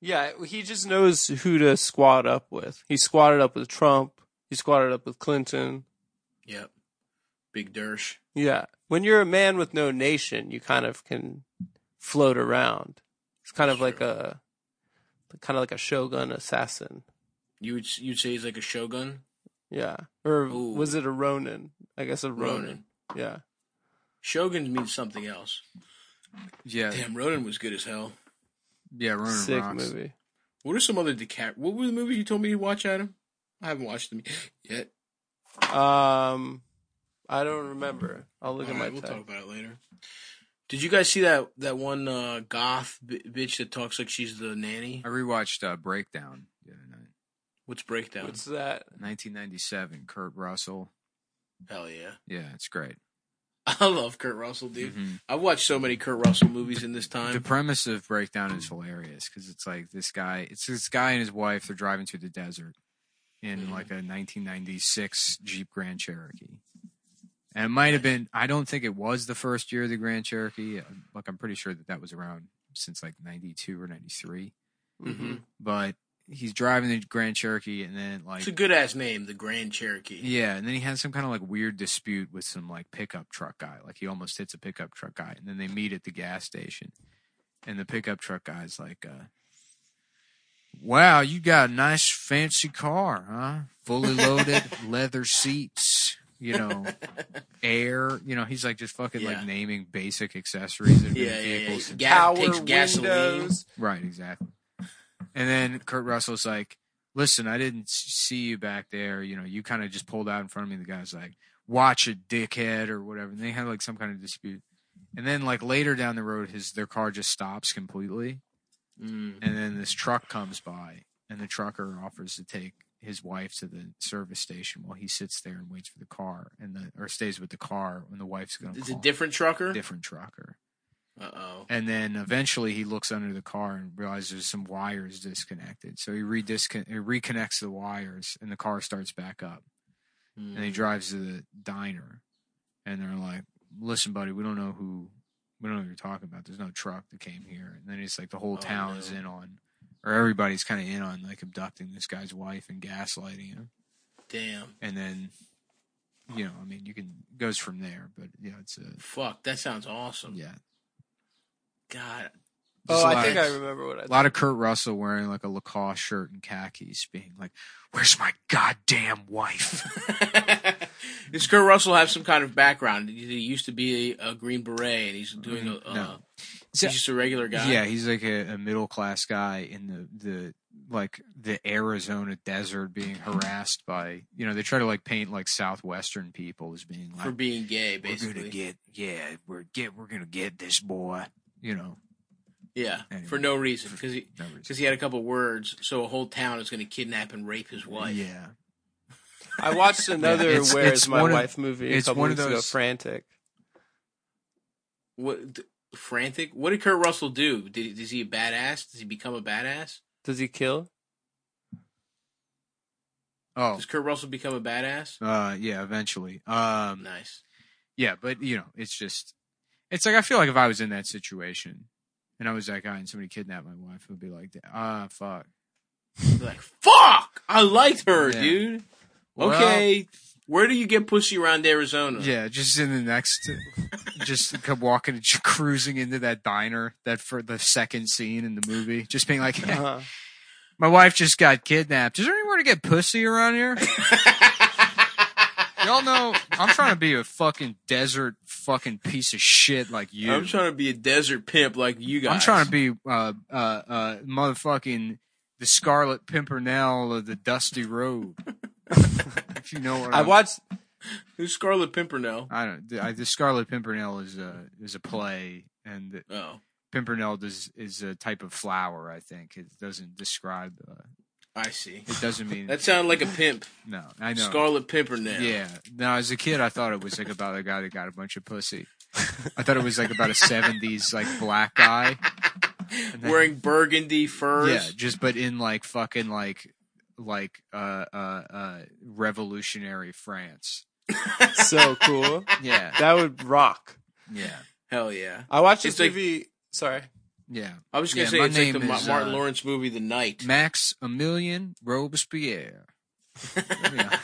S3: Yeah, he just knows who to squad up with. He squatted up with Trump. He squatted up with Clinton.
S1: Yep. Big Dersh.
S3: Yeah. When you're a man with no nation, you kind of can float around. It's kind of like
S1: Sure.
S3: a kind of like a shogun assassin.
S1: You would, s- you'd say he's like a shogun?
S3: Yeah. Or
S1: Ooh.
S3: was it a ronin? I guess a ronin.
S1: Ronin.
S3: Yeah.
S1: Shogun means something else.
S2: Yeah.
S1: Damn, Ronin was good as hell.
S2: Yeah, Ronan
S3: Sick
S2: rocks.
S3: movie.
S1: What are some other deca- What were the movies you told me to watch, Adam? I haven't watched them yet.
S3: Um I don't remember. I'll look at my
S1: Alright, we'll
S3: tag.
S1: talk about it later. Did you guys see that that one uh, goth b- bitch that talks like she's the nanny?
S2: I rewatched uh, Breakdown the other night.
S1: What's breakdown?
S3: What's that?
S2: 1997, Kurt Russell.
S1: Hell yeah,
S2: Yeah, it's great.
S1: I love Kurt Russell, dude.
S2: Mhm.
S1: I've watched so many Kurt Russell movies in this
S2: The
S1: time.
S2: premise of Breakdown is hilarious because it's like this guy, it's this guy and his wife, they're driving through the desert in
S1: Mhm.
S2: like a 1996 Jeep Grand Cherokee. And it might have been, I don't think it was the first year of the Grand Cherokee. Uh, Like, I'm pretty sure that that was around since like 92 or 93.
S3: Mm-hmm.
S2: But he's driving the Grand Cherokee, and then like
S1: It's a good ass name, the Grand Cherokee.
S2: yeah, and then he has some kind of like weird dispute with some like pickup truck guy. Like he almost hits a pickup truck guy, and then they meet at the gas station, and the pickup truck guy's like, uh, "Wow, you got a nice fancy car, huh? Fully loaded, leather seats." You know, air. You know, he's like just fucking
S1: Yeah.
S2: like naming basic accessories and
S1: Yeah, yeah, yeah.
S2: vehicles. and-
S1: Ga- takes gasoline.
S2: Right, exactly. And then Kurt Russell's like, "Listen, I didn't s- see you back there. You know, you kind of just pulled out in front of me." And the guy's like, "Watch it, dickhead," or whatever. And they had like some kind of dispute. And then like later down the road, his their car just stops completely,
S1: Mm.
S2: and then this truck comes by, and the trucker offers to take his wife to the service station while he sits there and waits for the car, and the or stays with the car when the wife's going.
S1: It's a different trucker.
S2: different trucker.
S1: Uh oh.
S2: And then eventually he looks under the car and realizes there's some wires disconnected. So he rediscon- he reconnects the wires and the car starts back up. And he
S3: Mm.
S2: drives to the diner. And they're like, listen, buddy, we don't know who, we don't know who you're talking about. There's no truck that came here. And then it's like the whole
S1: Oh,
S2: town
S1: no.
S2: is in on, or everybody's kind of in on like abducting this guy's wife and gaslighting him.
S1: Damn.
S2: And then, you know, I mean, you can, goes from there. But yeah, it's a,
S1: Fuck. That sounds awesome.
S2: yeah.
S1: God.
S2: Just
S3: Oh,
S2: a
S3: I
S2: lot
S3: think
S2: of-
S3: I remember what I.
S2: A lot of Kurt Russell wearing like a Lacoste shirt and khakis, being like, "Where's my goddamn wife?"
S1: Does Kurt Russell have some kind of background? He he used to be a, a Green Beret, and he's doing a.
S2: Mm,
S1: Uh,
S2: no. So-
S1: He's just a regular guy.
S2: Yeah, he's like a, a middle class guy in the the like the Arizona desert, being harassed by you know they try to like paint like southwestern people as being
S1: for
S2: like,
S1: being gay,
S2: "We're gonna
S1: basically.
S2: get yeah, we're get we're gonna get this boy," you know.
S1: yeah,
S2: Anyway.
S1: for no reason because he
S2: no reason.
S1: because he had a couple words, so a whole town is going to kidnap and rape his wife.
S2: Yeah,
S3: I watched another
S2: Yeah, it's-
S3: "Where's
S2: it's
S3: My
S2: one of-
S3: Wife" movie a
S2: it's
S3: couple
S2: one of
S3: weeks ago.
S2: those-
S3: Frantic.
S1: What th- frantic? What did Kurt Russell do? Did is he a badass? Does he become a badass?
S3: Does he kill?
S2: oh,
S1: Does Kurt Russell become a badass?
S2: uh, yeah, eventually. Um,
S1: Nice.
S2: Yeah, but you know, it's just it's like I feel like if I was in that situation and I was that guy and somebody kidnapped my wife, I would be like, ah, fuck.
S1: Be like fuck, I liked her,
S2: Yeah.
S1: dude.
S2: Well-
S1: Okay, where do you get pussy around Arizona?
S2: Yeah, just in the next, just come walking, and just cruising into that diner that for the second scene in the movie, just being like,
S3: Uh-huh.
S2: my wife just got kidnapped. Is there anywhere to get pussy around here? Y'all know I'm trying to be a fucking desert fucking piece of shit like you.
S1: I'm trying to be a desert pimp like you guys.
S2: I'm trying to be uh, uh, uh, motherfucking the Scarlet Pimpernel of the Dusty Road. if you know what
S3: I
S2: I'm-
S3: watched.
S1: Who's Scarlet Pimpernel?
S2: I don't. The, I, the Scarlet Pimpernel is a is a play, and the
S1: Oh,
S2: pimpernel does, is a type of flower. I think it doesn't describe. Uh,
S1: I see.
S2: it doesn't mean
S1: That sounded like a pimp.
S2: no. I know.
S1: Scarlet Pimpernel.
S2: yeah. No, as a kid, I thought it was like about a guy that got a bunch of pussy. I thought it was like about a '70s like black guy. And then-
S1: Wearing burgundy furs.
S2: Yeah, just but in like fucking like like uh uh uh revolutionary France.
S3: So cool.
S2: Yeah.
S3: That would rock.
S2: yeah.
S1: Hell yeah.
S3: I watched
S1: It's
S3: this
S1: like-
S3: movie. Sorry.
S2: Yeah.
S1: I was gonna
S2: Yeah,
S1: say
S2: my
S1: it's like
S2: name
S1: the Ma-
S2: is,
S1: Martin
S2: uh,
S1: Lawrence movie, The Night.
S2: Max Emilian Robespierre. Oh, yeah.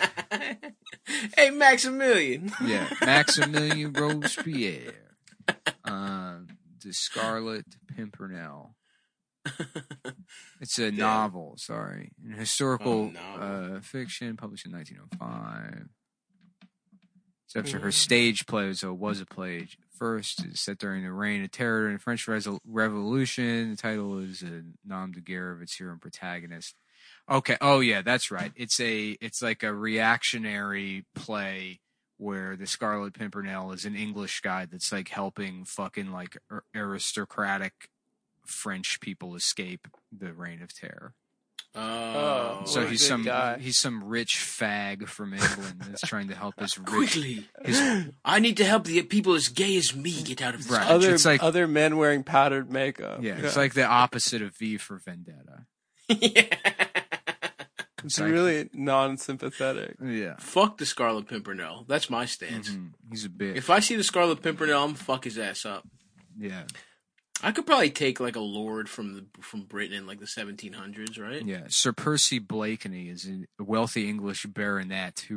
S1: hey, Maximilian.
S2: yeah. Maximilian Robespierre. Um the Scarlet Pimpernel. It's a novel, sorry. An historical
S1: Oh, novel.
S2: uh, fiction published in 1905. It's after her stage play, so it was a play first. It's set during the reign of terror in the French Resol Revolution. The title is a nom de guerre of its hero and protagonist. Okay. Oh yeah, that's right. It's a it's like a reactionary play where the Scarlet Pimpernel is an English guy that's like helping fucking like ar- aristocratic French people escape the reign of terror.
S1: Oh,
S2: So
S3: What a
S2: he's
S3: good
S2: some
S3: guy.
S2: he's some rich fag from England that's trying to help his rich
S1: quickly.
S2: his
S1: I need to help the people as gay as me get out of this.
S2: Right.
S1: country.
S3: Other
S2: It's like-
S3: other men wearing powdered makeup.
S2: yeah, it's like the opposite of V for Vendetta.
S3: it's
S2: like-
S3: really non-sympathetic.
S2: Yeah,
S1: Fuck the Scarlet Pimpernel. That's my stance.
S2: Mhm. he's a bitch.
S1: If I see the Scarlet Pimpernel, I'm gonna fuck his ass up.
S2: yeah,
S1: I could probably take like a lord from the from Britain in like the 1700s, right?
S2: Yeah, Sir Percy Blakeney is a wealthy English baronet who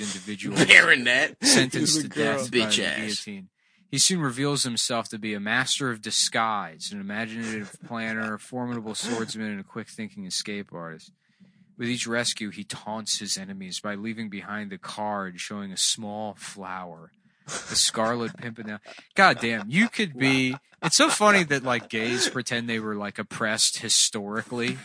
S2: individuals
S1: Baronet.
S2: sentenced
S3: He's
S2: to
S3: a girl.
S2: death by
S1: Bitch
S2: the
S1: ass.
S2: guillotine. He soon reveals himself to be a master of disguise, an imaginative planner, a formidable swordsman, and a quick-thinking escape artist. With each rescue, he taunts his enemies by leaving behind the card showing a small flower, the Scarlet Pimpernel. God damn, you could be. It's so funny that like gays pretend they were like oppressed historically,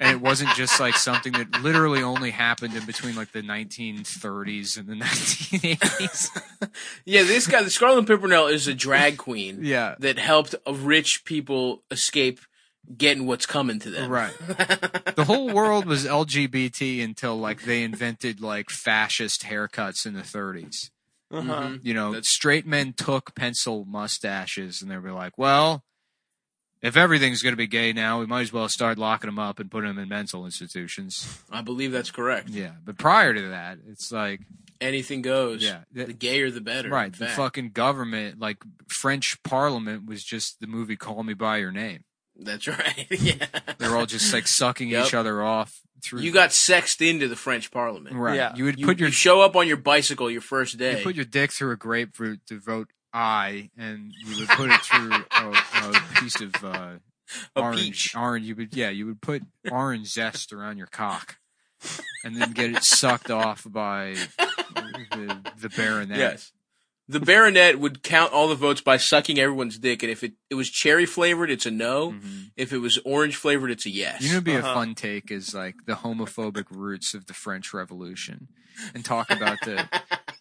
S2: and it wasn't just like something that literally only happened in between like the 1930s and the 1980s.
S1: Yeah, this guy, the Scarlet Pimpernel, is a drag queen
S2: Yeah,
S1: that helped uh, rich people escape getting what's coming to them.
S2: right. The whole world was LGBT until like they invented like fascist haircuts in the 30s.
S3: Uh-huh.
S1: Mhm.
S2: you know,
S1: That's-
S2: straight men took pencil mustaches and they were like, well, if everything's going to be gay now, we might as well start locking them up and putting them in mental institutions.
S1: I believe that's correct.
S2: Yeah. But prior to that, it's like,
S1: Anything goes.
S2: yeah,
S1: The
S2: that-
S1: gayer the better.
S2: right.
S1: in
S2: The
S1: fact.
S2: fucking government, like French parliament was just the movie Call Me By Your Name.
S1: That's right. yeah.
S2: They're all just like sucking
S1: Yep.
S2: each other off through.
S1: You got sexed into the French Parliament.
S2: right.
S3: Yeah.
S2: You would
S1: You,
S2: put your
S1: you show up on your bicycle your first day.
S2: You put your dick through a grapefruit to vote I, and you would put it through a, a piece of uh,
S1: A
S2: orange.
S1: peach.
S2: Orange. You would, yeah, you would put orange zest around your cock, and then get it sucked off by the, the baronet.
S1: Yes. The baronet would count all the votes by sucking everyone's dick, and if it, it was cherry flavored, it's a no.
S2: Mhm.
S1: If it was orange flavored, it's a yes.
S2: You know, it'd be
S3: Uh-huh.
S2: a fun take is like the homophobic roots of the French Revolution, and talk about the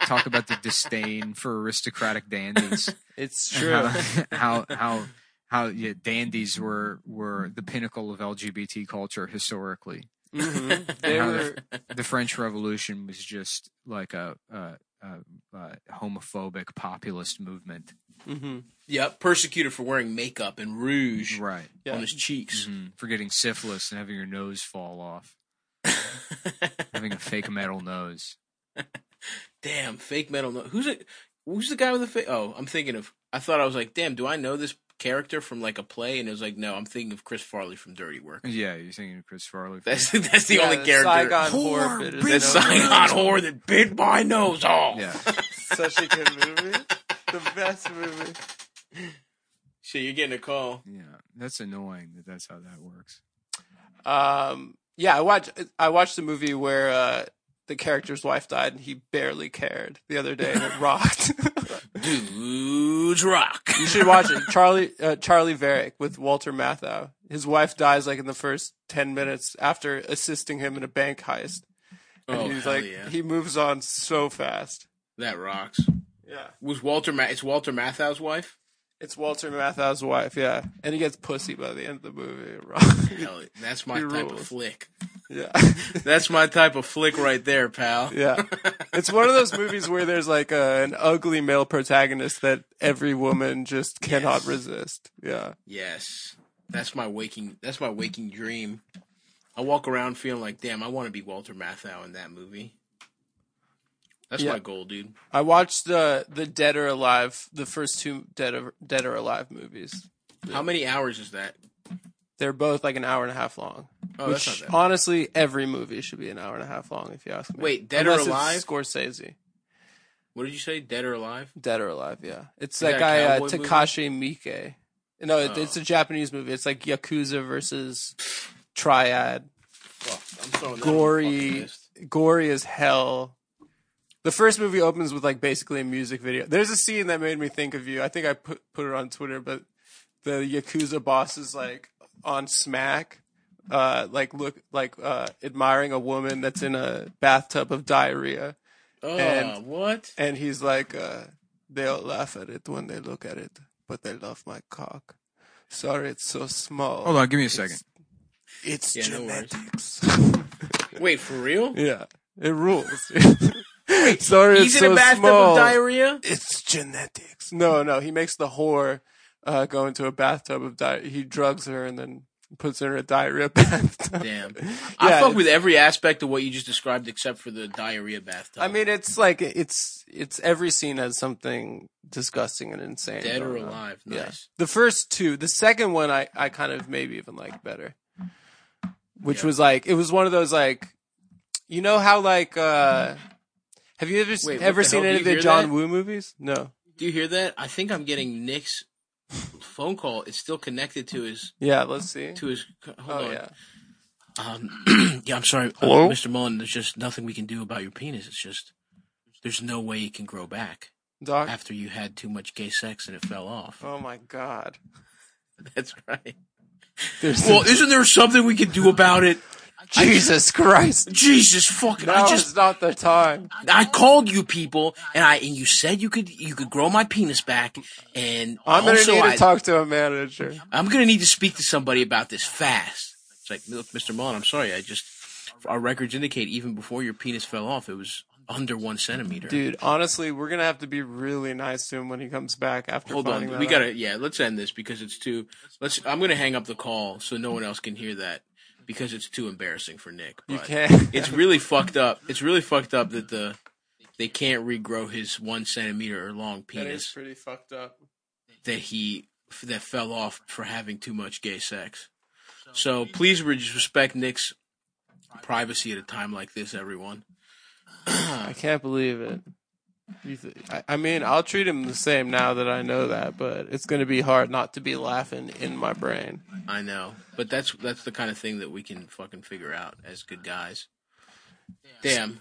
S2: talk about the disdain for aristocratic dandies.
S3: It's
S2: and
S3: true.
S2: How how how, how yeah, dandies were were the pinnacle of LGBT culture historically.
S3: Mhm. They
S2: How the-
S3: were
S2: The French Revolution was just like a, a, a, a homophobic populist movement,
S3: mhm.
S1: Yep, persecuted for wearing makeup and rouge
S2: right?
S3: Yeah.
S1: on his cheeks.
S2: Mhm. For getting syphilis and having your nose fall off, having a fake metal nose.
S1: Damn, fake metal. No- who's it? Who's the guy with the fake? Oh, I'm thinking of. I thought I was like, damn, do I know this character from like a play? And it was like, no, I'm thinking of Chris Farley from Dirty Work.
S2: Yeah, you're thinking of Chris Farley.
S1: That's that's the
S3: Yeah,
S1: only character.
S3: Saigon
S2: Whore,
S3: whore bit is
S2: bitch.
S1: that
S2: No, no, no.
S1: Saigon whore that bit my nose off.
S2: yeah,
S3: such a good movie. The best movie.
S1: Shit, you're getting a call.
S2: yeah. That's annoying that that's how that works.
S3: Um, yeah, I watched I watched a movie where uh, the character's wife died and he barely cared the other day and it rocked.
S1: Dudes rock.
S3: you should watch it. Charlie uh, Charlie Varick with Walter Matthau. His wife dies like in the first ten minutes after assisting him in a bank heist, and
S1: Oh,
S3: he's
S1: hell
S3: like
S1: yeah.
S3: he moves on so fast.
S1: that rocks.
S3: Yeah,
S1: Was Walter? Ma- it's Walter Matthau's wife.
S3: it's Walter Matthau's wife. Yeah, and he gets pussy by the end of the movie. It rocks.
S1: Hell, that's my
S3: He
S1: type of
S3: rules.
S1: flick.
S3: yeah.
S1: That's my type of flick right there, pal.
S3: Yeah. It's one of those movies where there's like a, an ugly male protagonist that every woman just cannot
S1: Yes.
S3: resist. Yeah.
S1: Yes. That's my waking that's my waking dream. I walk around feeling like, damn, I want to be Walter Matthau in that movie. That's
S3: Yeah.
S1: my goal, dude.
S3: I watched the the Dead or Alive, the first two Dead or, Dead or Alive movies.
S1: How many hours is that?
S3: They're both like an hour and a half long.
S1: Oh,
S3: which
S1: that's not that.
S3: honestly, every movie should be an hour and a half long if you ask me.
S1: Wait, Dead or
S3: Unless it's
S1: Alive?
S3: Scorsese.
S1: What did you say? Dead or alive?
S3: Dead or Alive, yeah. It's
S1: Is
S3: that,
S1: that a
S3: guy uh,
S1: cowboy movie?
S3: Takashi Miike. No, it,
S1: Oh.
S3: it's a Japanese movie. It's like Yakuza versus Triad.
S1: Fuck, I'm throwing that on the
S3: Gory.
S1: fucking list.
S3: gory as hell. The first movie opens with like basically a music video. There's a scene that made me think of you. I think I put put it on Twitter, but the yakuza boss is like on smack, uh, like look like uh, admiring a woman that's in a bathtub of diarrhea,
S1: Oh,
S3: And-
S1: what?
S3: and he's like, uh, they'll laugh at it when they look at it, but they love my cock. Sorry, it's so small.
S2: Hold on, give me a second.
S3: It's
S1: Yeah, no worries.
S3: genetics.
S1: Wait, for real?
S3: yeah, it rules. Sorry,
S1: He's
S3: it's
S1: in
S3: so
S1: a bathtub
S3: small.
S1: of diarrhea?
S3: it's genetics. No, no, he makes the whore uh, go into a bathtub of diet. He drugs her and then puts her in a diarrhea bathtub.
S1: Damn.
S3: Yeah,
S1: I fuck
S3: it's-
S1: with every aspect of what you just described except for the diarrhea bathtub.
S3: I mean, it's like it's it's every scene has something disgusting and insane.
S1: dead or
S3: going on.
S1: alive.
S3: Yeah.
S1: Nice.
S3: The first two, the second one, I I kind of maybe even liked better, which
S1: Yeah.
S3: was like it was one of those like, you know how like uh, have you ever
S1: Wait, what
S3: ever
S1: the
S3: seen
S1: hell?
S3: any
S1: Do
S3: of
S1: you
S3: the
S1: hear
S3: John
S1: that?
S3: Woo movies? No.
S1: Do you hear that? I think I'm getting Nick's phone call. It's still connected to his
S3: Yeah, let's see.
S1: to his. Hold
S3: Oh
S1: on.
S3: yeah.
S1: Um, yeah, I'm sorry, uh,
S4: Hello?
S1: Mr. Mullen. There's just nothing we can do about your penis. It's just there's no way you can grow back
S3: Doc.
S1: after you had too much gay sex and it fell off.
S3: Oh my god.
S1: That's right.
S3: There's
S1: Well, isn't there something we can do about it?
S3: Jesus Christ.
S1: Jesus fucking!
S3: Now
S1: I
S3: just,
S1: just
S3: is not the time.
S1: I called you people, and I and you said you could you could grow my penis back, and
S3: I'm gonna
S1: also
S3: need
S1: I,
S3: to talk to a manager.
S1: I'm gonna need to speak to somebody about this fast. It's like, look, Mr. Mullen, I'm sorry, I just our records indicate even before your penis fell off, it was under one centimeter.
S3: Dude, honestly, we're gonna have to be really nice to him when he comes back after.
S1: Hold
S3: finding
S1: on,
S3: that
S1: we
S3: out.
S1: gotta yeah, let's end this because it's too. Let's I'm gonna hang up the call so no one else can hear that because it's too embarrassing for Nick.
S3: You
S1: but-
S3: can't.
S1: it's really fucked up. It's really fucked up that the they can't regrow his one centimeter or long
S3: that is
S1: penis
S3: pretty fucked up.
S1: that he that fell off for having too much gay sex. So please re- respect Nick's privacy at a time like this, everyone.
S3: I can't believe it. You th- I, I mean, I'll treat him the same now that I know that, but it's gonna be hard not to be laughing in my brain.
S1: I know, but that's that's the kind of thing that we can fucking figure out as good guys. Damn.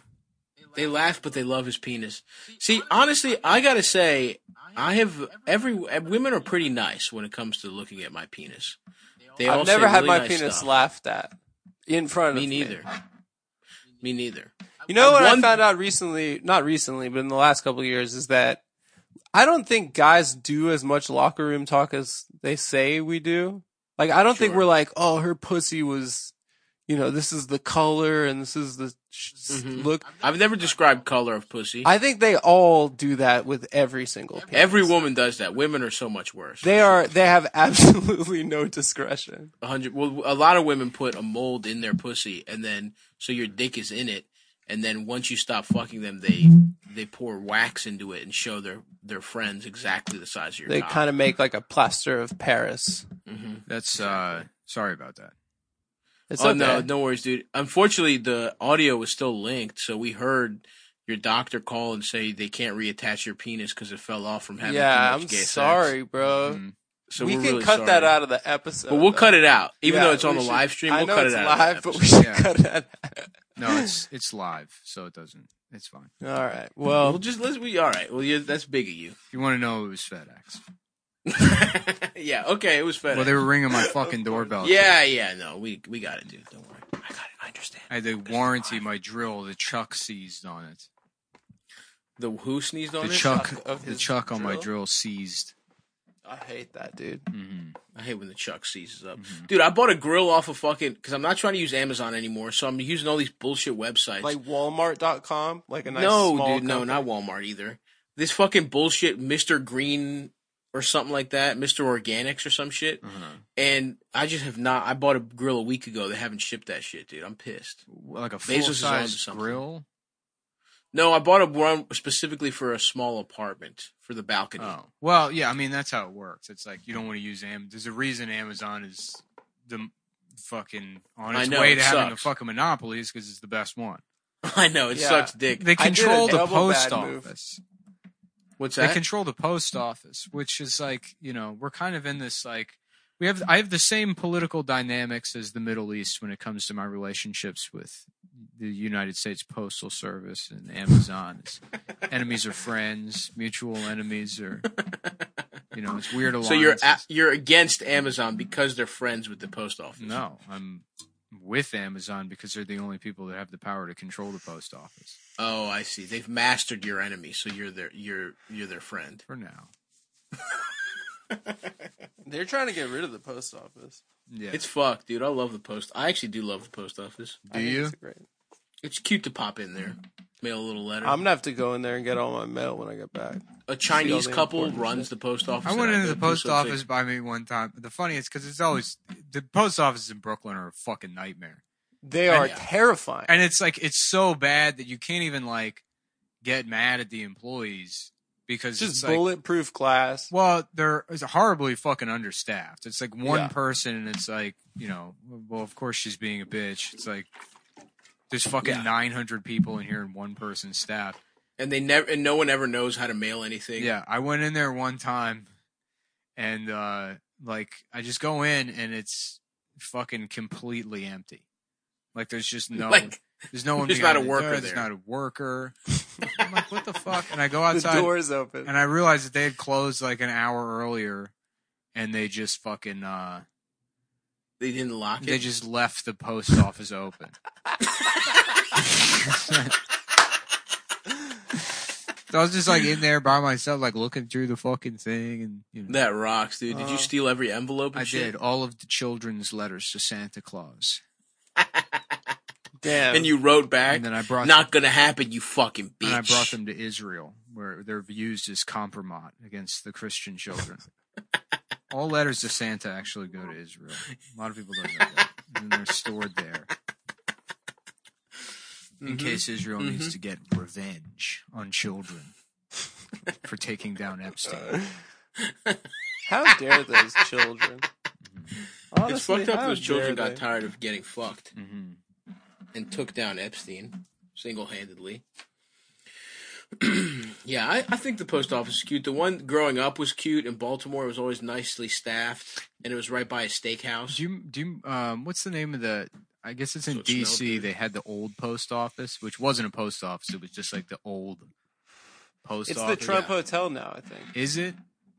S1: They laugh, but they love his penis. See, honestly, I gotta say, I have every uh, women are pretty nice when it comes to looking at my penis. They all
S3: I've
S1: say
S3: never had
S1: really
S3: my
S1: nice
S3: penis
S1: stuff.
S3: laughed at in front
S1: Me
S3: of
S1: neither. Me neither.
S3: You know what I
S1: One-
S3: found out recently, not recently, but in the last couple of years is that I don't think guys do as much locker room talk as they say we do. Like I don't think
S1: Sure.
S3: we're like, "Oh, her pussy was, you know, this is the color and this is the sh-
S1: Mhm.
S3: look."
S1: I've never described color of pussy.
S3: I think they all do that with every single penis.
S1: Every woman does that. Women are so much worse.
S3: They are they have absolutely no discretion.
S1: a hundred. Well, a lot of women put a mold in their pussy, and then so your dick is in it, and then once you stop fucking them, they they pour wax into it and show their their friends exactly the size of your.
S3: They kind of make like a plaster of Paris.
S1: hmm
S2: That's uh sorry about that.
S3: It's
S1: Oh
S3: okay.
S1: no, no worries, dude. Unfortunately, the audio was still linked, so we heard your doctor call and say they can't reattach your penis because it fell off from having
S3: yeah,
S1: too much
S3: I'm
S1: gay sex. Mm-hmm.
S3: sorry, bro.
S2: Mm.
S1: So
S3: we
S1: we're
S3: can
S1: really
S3: cut
S1: sorry.
S3: that out of the episode.
S1: But we'll
S3: though.
S1: cut it out, even
S3: Yeah,
S1: though it's on
S3: we
S1: the
S3: should-
S1: live stream.
S3: I
S1: We'll
S3: know
S1: cut
S3: it's
S1: it out. of the
S3: live, but we
S1: episode.
S3: should
S2: Yeah.
S3: cut it out.
S2: No, it's it's live, so it doesn't. It's fine.
S3: All right.
S1: Well,
S3: Well,
S1: just let's we all right. Well, yeah, that's big of you.
S2: If you want to know, it was FedEx.
S1: yeah, okay, it was FedEx.
S2: Well, they were ringing my fucking doorbell.
S1: yeah, yeah, no, we we got it, dude. Don't worry, I got it. I understand.
S2: I had the warranty, my drill, the chuck seized on it.
S1: The who sneezed on
S2: The
S1: it?
S2: chuck,
S3: Chuck of
S2: the
S3: his
S2: chuck on my
S3: drill?
S2: drill seized.
S3: I hate that, dude.
S2: hmm
S1: I hate when the chuck seizes up, dude. I bought a grill off of fucking because I'm not trying to use Amazon anymore, so I'm using all these bullshit websites.
S3: Like Walmart.com, like a nice
S1: no,
S3: small
S1: dude, no,
S3: company.
S1: not Walmart either. This fucking bullshit, Mister Green or something like that, Mister Organics or some shit. And I just have not. I bought a grill a week ago. They haven't shipped that shit, dude. I'm pissed.
S2: Like a
S1: Bezos
S2: full
S1: is onto
S2: size
S1: something.
S2: grill.
S1: No, I bought a one specifically for a small apartment for the balcony.
S2: Oh well, yeah. I mean, that's how it works. It's like you don't want to use Amazon. There's a reason Amazon is the m- fucking on
S1: I
S2: its
S1: know,
S2: way
S1: it
S2: to having the
S1: sucks.
S2: fucking monopoly is because it's the best one.
S1: I know it
S3: Yeah.
S1: sucks, dick.
S2: They
S3: I did a
S2: control the
S3: double bad
S2: post
S3: move.
S2: office.
S1: What's
S2: They
S1: that?
S2: control the post office, which is like you know we're kind of in this like we have I have the same political dynamics as the Middle East when it comes to my relationships with the United States Postal Service and Amazon. It's enemies are friends, mutual enemies are you know it's weird alliances.
S1: so you're a, you're against Amazon because they're friends with the post office.
S2: no, I'm with Amazon because they're the only people that have the power to control the post office
S1: Oh, I see. They've mastered your enemy, so you're their you're you're their friend.
S2: for now.
S3: They're trying to get rid of the post office.
S2: Yeah,
S1: It's fucked, dude. I love the post. I actually do love the post office.
S3: I
S2: do
S3: think
S2: you?
S3: it's great.
S1: It's cute to pop in there, mail a little letter.
S3: I'm gonna have to go in there and get all my mail when I get back.
S1: a Chinese
S3: See all the
S1: couple
S3: important
S1: runs the post office.
S2: I
S1: and
S2: went into
S1: go
S2: the
S1: do
S2: post
S1: something.
S2: office by me one time. The funniest because it's always the post offices in Brooklyn are a fucking nightmare,
S3: They
S2: And-
S3: are terrifying.
S2: and it's like it's so bad that you can't even like get mad at the employees because it's
S3: just
S2: like,
S3: bulletproof glass.
S2: Well, they're it's horribly fucking understaffed. It's like one
S3: Yeah.
S2: person, and it's like you know, well, of course she's being a bitch. It's like there's fucking
S1: Yeah.
S2: 900 people in here, and one person's staffed.
S1: and they never and no one ever knows how to mail anything.
S2: Yeah, I went in there one time, and uh like I just go in, and it's fucking completely empty. Like there's just no,
S1: like
S2: there's no one.
S1: there's not
S2: behind
S1: a
S2: the
S1: worker
S2: door,
S1: there.
S2: There's not a worker. I'm like, what the fuck? And I go
S3: The
S2: outside.
S3: door's open.
S2: and I realized that they had closed like an hour earlier, and they just fucking uh,
S1: they didn't lock it.
S2: they just left the post office open. so I was just like in there by myself, like looking through the fucking thing, and you know,
S1: that rocks, dude. Did
S3: Uh,
S1: you steal every envelope? And
S2: Uh-huh. I
S1: shit?
S2: did all of the children's letters to Santa Claus,
S3: Damn.
S1: And you wrote back.
S2: and then I brought
S1: not gonna happen, you fucking bitch.
S2: and I brought them to Israel, where they're used as compromat against the Christian children. All letters to Santa actually go to Israel. A lot of people don't know that, and they're stored there.
S1: Mhm.
S2: in case Israel
S1: Mhm.
S2: needs to get revenge on children for taking down Epstein.
S3: how dare those children? Honestly,
S1: it's fucked up.
S3: how
S1: Those children got
S3: dare they?
S1: tired of getting fucked
S2: Mm-hmm.
S1: and took down Epstein single handedly. yeah, I, I think the post office is cute. The one growing up was cute, and Baltimore was always nicely staffed, and it was right by a steakhouse.
S2: Do you do you, um? What's the name of the? I guess it's in
S1: So it smelled
S2: D.C.
S1: good.
S2: They had the old post office, which wasn't a post office. It was just like the old post
S3: It's the
S2: office.
S3: Trump Hotel now. I think.
S2: Is it?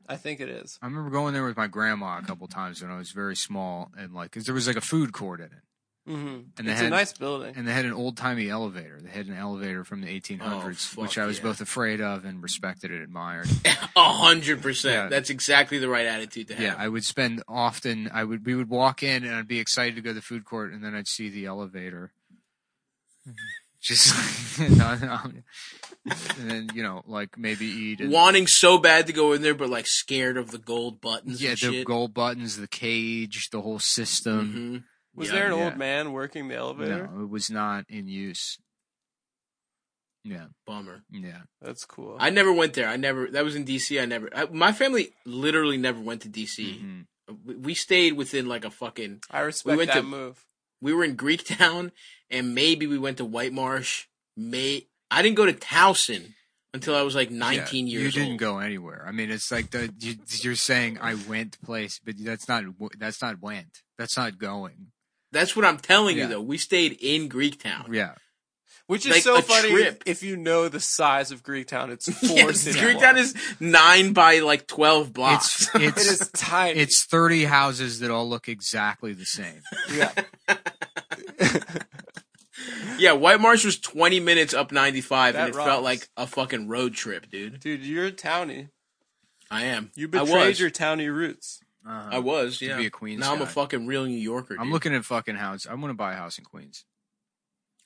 S3: I think it is.
S2: I remember going there with my grandma a couple times when I was very small, and like, 'cause there was like a food court in it,
S3: hmm
S2: and they
S3: It's
S2: had
S3: a nice building.
S2: and they had an old timey elevator. They had an elevator from the 1800s,
S1: fuck
S2: which I was
S1: yeah.
S2: both afraid of and respected and admired.
S1: A hundred
S2: Yeah.
S1: percent. That's exactly the right attitude to have.
S2: Yeah, I would spend often. I would we would walk in and I'd be excited to go to the food court, and then I'd see the elevator. Just no, no. and then you know, like maybe eat. And,
S1: Wanting so bad to go in there, but like scared of the gold buttons.
S2: yeah,
S1: and
S2: the
S1: shit.
S2: gold um, buttons, the cage, the whole
S1: Mhm.
S2: system.
S3: Was
S1: Yeah.
S3: there an
S2: yeah.
S3: old man working the elevator?
S2: No, it was not in use. Yeah,
S1: Bummer.
S2: yeah.
S3: That's cool.
S1: I never went there. I never. That was in D.C. I never. I, my family literally never went to D.C.
S2: Mhm.
S1: We We stayed within like a fucking.
S3: I respect
S1: went
S3: that
S1: to-
S3: move.
S1: We were in Greektown, and maybe we went to White Marsh. May I didn't go to Towson until I was like 19
S2: Yeah,
S1: years
S2: You didn't
S1: old.
S2: go anywhere. I mean, it's like the you, you're saying I went place, but that's not that's not went. That's not going.
S1: That's what I'm telling
S2: Yeah.
S1: you though. We stayed in Greektown.
S2: Yeah.
S3: Which is
S1: Like
S3: so
S1: a
S3: funny
S1: trip.
S3: if you know the size of Greektown. It's four
S1: Yes,
S3: city
S1: Greektown
S3: blocks.
S1: is nine by like 12 blocks.
S2: It's it's
S3: it is tiny.
S2: it's 30 houses that all look exactly the same.
S3: yeah.
S1: yeah, White Marsh was 20 minutes up 95,
S3: That
S1: and it felt
S3: rocks.
S1: like a fucking road trip, dude.
S3: Dude, you're a townie.
S1: I am.
S3: You
S1: I
S3: betrayed
S1: was.
S3: your townie roots.
S2: Uh,
S1: I was. Yeah.
S2: be a Queens
S1: now I'm a
S2: guy.
S1: fucking real New Yorker.
S2: I'm
S1: dude.
S2: looking at fucking houses. I'm going to buy a house in Queens.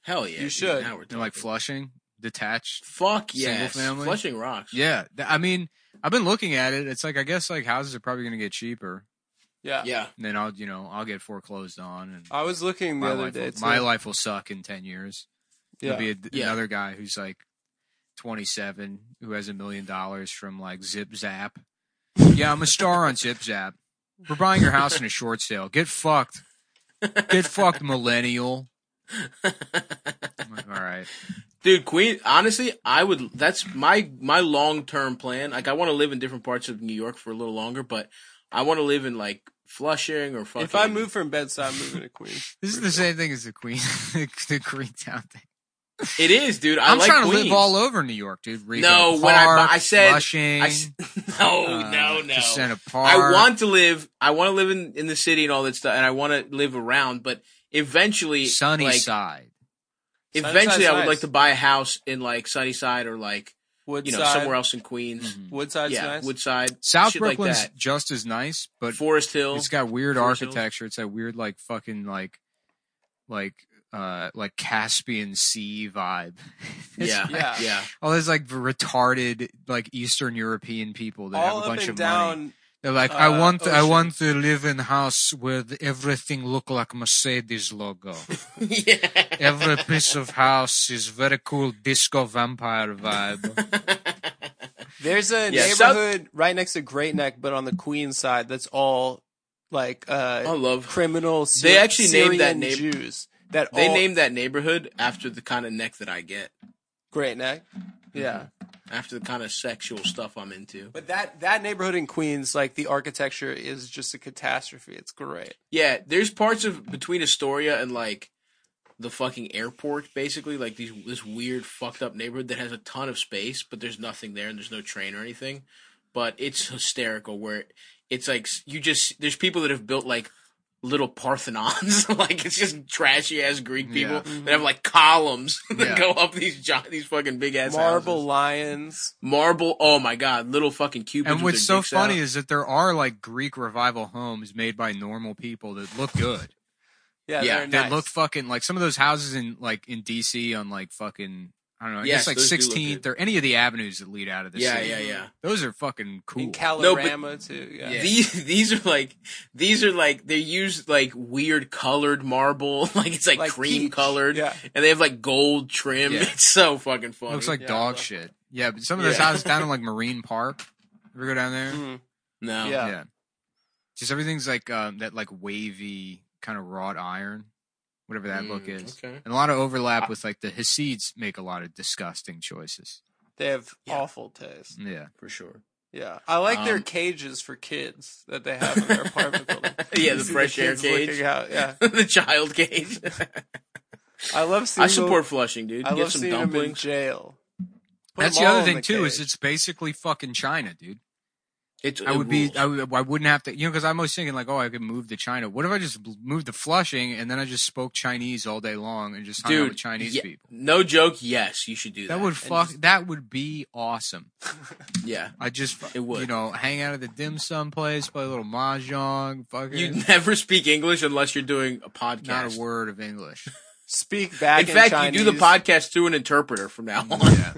S1: Hell yeah.
S3: You
S1: dude.
S3: should.
S1: Now we're
S2: And like
S1: talking.
S2: Flushing, detached.
S1: Fuck
S2: Single
S1: yes.
S2: family?
S1: Flushing rocks.
S2: Yeah, th- I mean, I've been looking at it. It's like I guess like houses are probably going to get cheaper.
S3: Yeah.
S1: Yeah.
S2: And then I'll, you know, I'll get foreclosed on and
S3: I was looking the
S2: my
S3: other
S2: life,
S3: day.
S2: will,
S3: Too.
S2: my life will suck in 10 years.
S3: Yeah.
S2: There'll be a,
S1: Yeah.
S2: another guy who's like 27 who has a million dollars from like Zip Zap. Yeah, I'm a star on Zip Zap. We're buying your house in a short sale. Get fucked. Get fucked, millennial. I'm like, All right.
S1: Dude, Queen honestly, I would that's my my long term plan. Like I want to live in different parts of New York for a little longer, but I want to live in like Flushing or fucking
S3: if I move from Bedside, I'm moving to Queens.
S2: This is the same thing as the Queen, the Green Town thing.
S1: It is, dude. I
S2: I'm
S1: like
S2: trying
S1: Queens.
S2: to live all over New York, dude. Regan
S1: No, when I-
S2: Park,
S1: I said-
S2: Flushing,
S1: I s- no,
S2: uh,
S1: no, no.
S2: Crescenta Park.
S1: I want to live I want to live in in the city and all that stuff and I want to live around, but eventually
S2: Sunny
S1: like,
S2: Side.
S1: eventually
S3: Sunnyside's
S1: I would
S3: nice.
S1: like to buy a house in like Sunnyside or like you
S3: Woodside.
S1: know somewhere else in Queens.
S2: Mhm.
S3: Woodside's
S1: yeah,
S3: nice.
S1: Woodside,
S2: South
S1: shit
S2: Brooklyn's
S1: like
S2: just as nice,
S1: that.
S2: but
S1: Forest Hill.
S2: It's got weird
S1: Forest Hills.
S2: architecture. It's that weird like fucking like like uh like Caspian Sea vibe. It's
S1: yeah,
S2: like-
S1: yeah, yeah.
S2: All those like retarded like Eastern European people that
S3: all
S2: have a
S3: up
S2: bunch
S3: and
S2: of money.
S3: down.
S2: They're like, I
S3: uh,
S2: want, I
S3: ocean.
S2: want to live in house where the- everything look like Mercedes logo. Every piece of house is very cool disco vampire vibe.
S3: There's a
S1: Yeah, South-
S3: neighborhood right next to Great Neck, but on the Queen side, that's all like uh,
S1: I love.
S3: criminal. Sy-
S1: Oh. They actually named that
S3: Syrian
S1: neigh-
S3: Jews. That
S1: They
S3: all-
S1: named that neighborhood after the kind of neck that I get,
S3: Great Neck.
S1: Mm-hmm.
S3: Yeah,
S1: after the kind of sexual stuff I'm into.
S3: but that that neighborhood in Queens, like the architecture is just a catastrophe. It's great.
S1: Yeah, there's parts of between Astoria and like the fucking airport, basically, like these this weird fucked up neighborhood that has a ton of space, but there's nothing there and there's no train or anything. But it's hysterical where it's like s- you just there's people that have built like little Parthenons, like it's just trashy ass Greek people
S2: Yeah. Mm-hmm.
S1: that have like columns that
S2: Yeah.
S1: go up these gi- these fucking big ass
S3: Marble
S1: houses.
S3: lions.
S1: marble. Oh my god, little fucking cupids.
S2: and
S1: with
S2: what's
S1: their
S2: so
S1: dicks out.
S2: funny is that there are like Greek revival homes made by normal people that look good.
S3: Yeah,
S1: Yeah,
S3: they're
S2: That
S3: nice.
S2: look fucking like some of those houses in like in DC on like fucking I don't know, I
S1: Yes,
S2: guess like
S1: those do look
S2: 16th or any of the avenues that lead out of the
S1: yeah,
S2: city.
S1: yeah, yeah.
S2: Those are fucking cool.
S3: in
S1: No,
S3: Calorama
S1: but-
S3: too. Yeah.
S1: These these are like these are like they use like weird colored marble, like it's like,
S3: Like
S1: cream
S3: peach.
S1: colored,
S3: Yeah.
S1: and they have like gold trim.
S2: Yeah.
S1: It's so fucking funny.
S2: looks like
S3: Yeah, I
S2: dog
S3: love
S2: shit. Yeah, but some of those
S1: Yeah.
S2: houses down in like Marine Park. Ever go down there?
S3: Mm.
S1: no,
S3: Yeah.
S2: Yeah. Just everything's like um, that, like wavy kind of wrought iron, whatever that look
S1: Mm,
S2: is,
S1: okay.
S2: and a lot of overlap with like the Hasids make a lot of disgusting choices.
S3: They have
S1: Yeah.
S3: awful taste.
S2: Yeah,
S1: for sure.
S3: Yeah, I like their
S1: Um,
S3: cages for kids that they have in their apartment building.
S1: Yeah,
S3: You
S1: the
S3: see
S1: fresh air
S3: kids looking
S1: cage.
S3: out, Yeah,
S1: the child cage.
S3: I love seeing.
S1: I support flushing, dude.
S3: Them, I
S1: Get
S3: love
S1: some
S3: seeing them in
S1: dumplings.
S3: jail. Put
S2: that's
S3: them
S2: the
S3: all
S2: other
S3: in
S2: thing
S3: the
S2: too. Is
S3: cage.
S2: it's basically fucking China, dude.
S1: It's,
S2: I
S1: it
S2: would
S1: rules.
S2: be, I, would, I wouldn't have to, you know, because I'm always thinking like, oh, I could move to China. What if I just bl- moved to Flushing and then I just spoke Chinese all day long and just hung out
S1: dude.
S2: with Chinese
S1: ye-
S2: people?
S1: No joke. Yes, you should do that.
S2: That would
S1: And
S2: fuck.
S1: just-
S2: that would be awesome.
S1: yeah.
S2: I just
S1: It would.
S2: you know hang out at the dim sum place, play a little mahjong, fucking
S1: You never speak English unless you're doing a podcast.
S2: not a word of English.
S3: speak back.
S1: In fact, you do the
S3: Chinese,
S1: podcast through an interpreter from now on.
S2: yeah.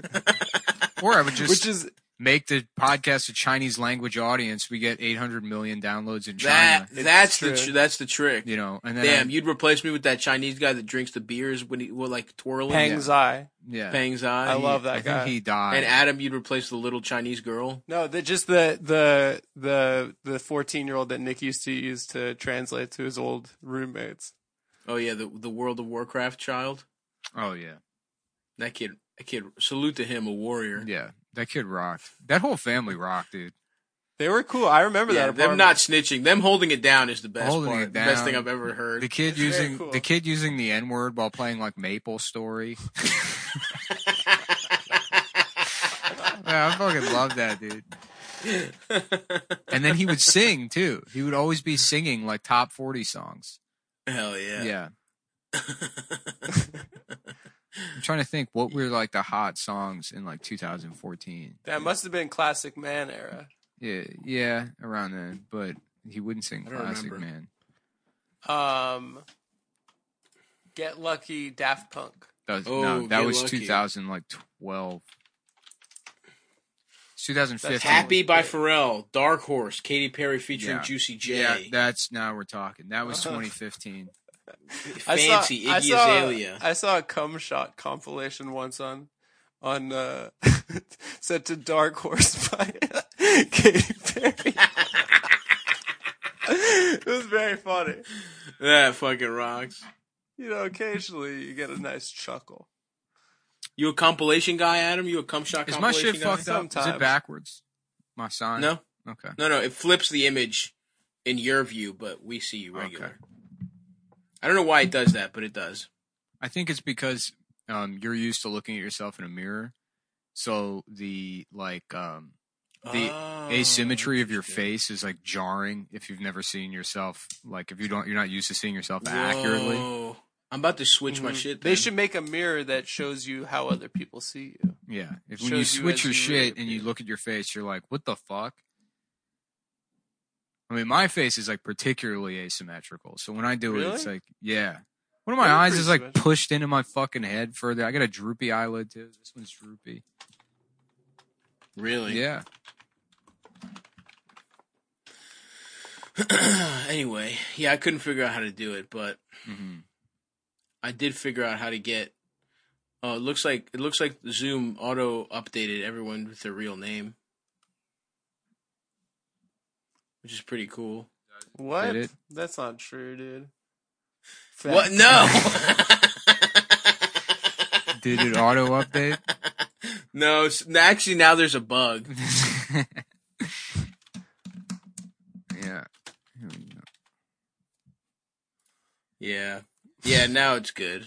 S2: Or I would just
S3: which is
S2: make the podcast a Chinese language audience. We get 800 million downloads in China.
S1: That that's
S3: true.
S1: the tr- that's the trick.
S2: you know, and then
S1: Damn,
S2: I-
S1: you'd replace me with that Chinese guy that drinks the beers when he will like twirling
S3: Pang Zai.
S2: yeah,
S1: Pang's eye.
S3: I love
S2: I
S3: that
S2: think
S3: guy.
S2: he died.
S1: And Adam, you'd replace the little Chinese girl.
S3: No, the, just the the the the fourteen year old that Nick used to use to translate to his old roommates.
S1: Oh yeah, the the World of Warcraft child.
S2: oh yeah,
S1: That kid, that kid. Salute to him, a warrior.
S2: yeah. That kid rocked. That whole family rocked, dude.
S3: They were cool. I remember
S1: Yeah,
S3: that.
S1: them
S3: Apartment.
S1: not snitching, them holding it down is the best
S2: Holding
S1: part.
S2: it
S1: The best
S2: down.
S1: thing I've ever heard.
S2: The kid
S3: very
S2: using
S3: cool.
S2: the kid using the N word while playing like Maple Story. Yeah, I fucking love that, dude. and then he would sing too. He would always be singing like top 40 songs.
S1: Hell
S2: Yeah.
S1: yeah.
S2: I'm trying to think what were like the hot songs in like 2014.
S3: That must have been classic man era.
S2: Yeah, yeah, around then, but he wouldn't sing
S1: I don't
S2: classic,
S1: remember.
S2: man.
S3: Um, Get Lucky, Daft Punk.
S2: That was,
S1: Oh,
S2: no, that
S1: Get
S2: was
S1: Lucky.
S2: 2000 like 12. It's 2015.
S1: Happy by Pharrell, Dark Horse, Katy Perry featuring
S2: Yeah.
S1: Juicy J.
S2: Yeah, that's now we're talking. That was
S3: Oh.
S2: 2015.
S1: Fancy
S3: I
S1: Iggy
S3: saw,
S1: Azalea.
S3: I saw a cum shot compilation once on on uh set to Dark Horse by Katy Perry. it was very funny.
S1: that fucking rocks.
S3: You know, occasionally you get a nice chuckle.
S1: You a compilation guy, Adam? You a cum shot
S2: Is my
S1: compilation
S2: shit
S1: guy?
S2: fucked up? Is
S3: Sometimes.
S2: it backwards? My sign?
S1: No,
S2: Okay.
S1: no, no. It flips the image in your view, but we see you regular.
S2: Okay.
S1: I don't know why it does that, but it does.
S2: I think it's because um, you're used to looking at yourself in a mirror, so the like um, the
S1: Oh,
S2: asymmetry of your
S1: interesting.
S2: face is like jarring if you've never seen yourself. Like if you don't, you're not used to seeing yourself accurately.
S1: Whoa. I'm about to switch my
S2: Mm-hmm.
S3: Mhm.
S1: shit.
S3: They
S1: then.
S3: should make a mirror that shows you how other people see you.
S2: Yeah, if when you
S3: Shows you as
S2: switch your
S3: you really
S2: shit and you
S3: appear.
S2: look at your face, you're like, what the fuck. I mean, my face is like particularly asymmetrical. So when I do it, it's
S3: Really?
S2: like, yeah, One of my
S3: Yeah,
S2: eyes
S3: pretty
S2: is like
S3: special.
S2: pushed into my fucking head further. I got a droopy eyelid too. This one's droopy.
S1: Really?
S2: Yeah.
S1: anyway, yeah, I couldn't figure out how to do it, but
S2: Mm-hmm.
S1: I did figure out how to get. Oh, it looks like it looks like Zoom auto updated everyone with their real name, which is pretty cool.
S3: What?
S2: Did it?
S3: That's not true, dude.
S1: What?
S3: Fact.
S1: No.
S2: Did it auto update?
S1: no. s- Actually, now there's a bug.
S2: yeah. Here we go.
S1: Yeah. Yeah. Now it's good.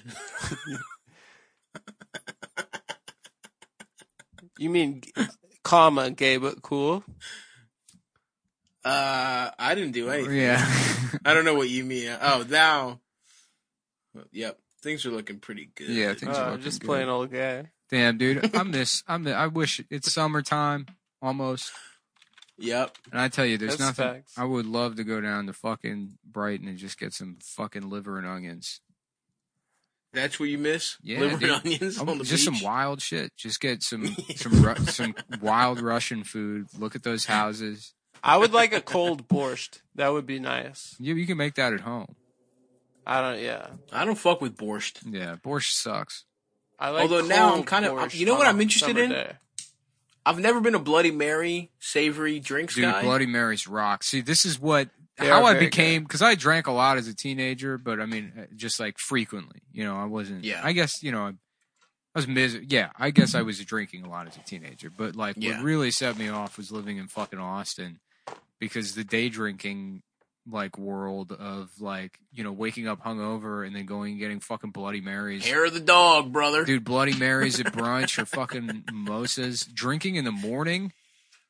S3: You mean g- comma gay but cool?
S1: Uh, I didn't do anything.
S2: Yeah.
S1: I don't know what you mean. Oh, now. Yep. Things are looking pretty good.
S2: Yeah, things are
S3: Uh,
S2: looking
S3: just
S2: good.
S3: plain old gay.
S2: Damn, dude. I miss. I miss, I wish it's summertime almost.
S1: Yep.
S2: And I tell you, there's
S3: That's
S2: nothing.
S3: facts.
S2: I would love to go down to fucking Brighton and just get some fucking liver and onions.
S1: That's what you miss?
S2: Yeah,
S1: Liver
S2: dude.
S1: and onions
S2: I
S1: on
S2: want
S1: the
S2: just
S1: beach?
S2: some wild shit. Just get some some Ru- some wild Russian food. Look at those houses.
S3: I would like a cold borscht. That would be nice.
S2: You you can make that at home.
S3: I don't. Yeah.
S1: I don't fuck with borscht.
S2: Yeah, borscht sucks.
S3: I like.
S1: Although now
S3: cold
S1: I'm kind of-
S3: borscht
S1: you know
S3: on
S1: what
S3: a
S1: I'm interested
S3: summer
S1: in?
S3: day.
S1: I've never been a Bloody Mary savory drinks
S2: Dude,
S1: guy.
S2: Bloody Marys rock. See, this is what
S3: They
S2: how
S3: are
S2: I
S3: very
S2: became because I drank a lot as a teenager, but I mean, uh, just like frequently. You know, I wasn't.
S1: Yeah. Mm-hmm.
S2: I guess you know, I, I was mis. Yeah, I guess I was drinking a lot as a teenager, but like
S1: Yeah.
S2: what really set me off was living in fucking Austin because the day drinking like world of like you know waking up hungover and then going and getting fucking Bloody Marys.
S1: Hair of the dog, brother.
S2: Dude, Bloody Marys at brunch or fucking mimosas. Drinking in the morning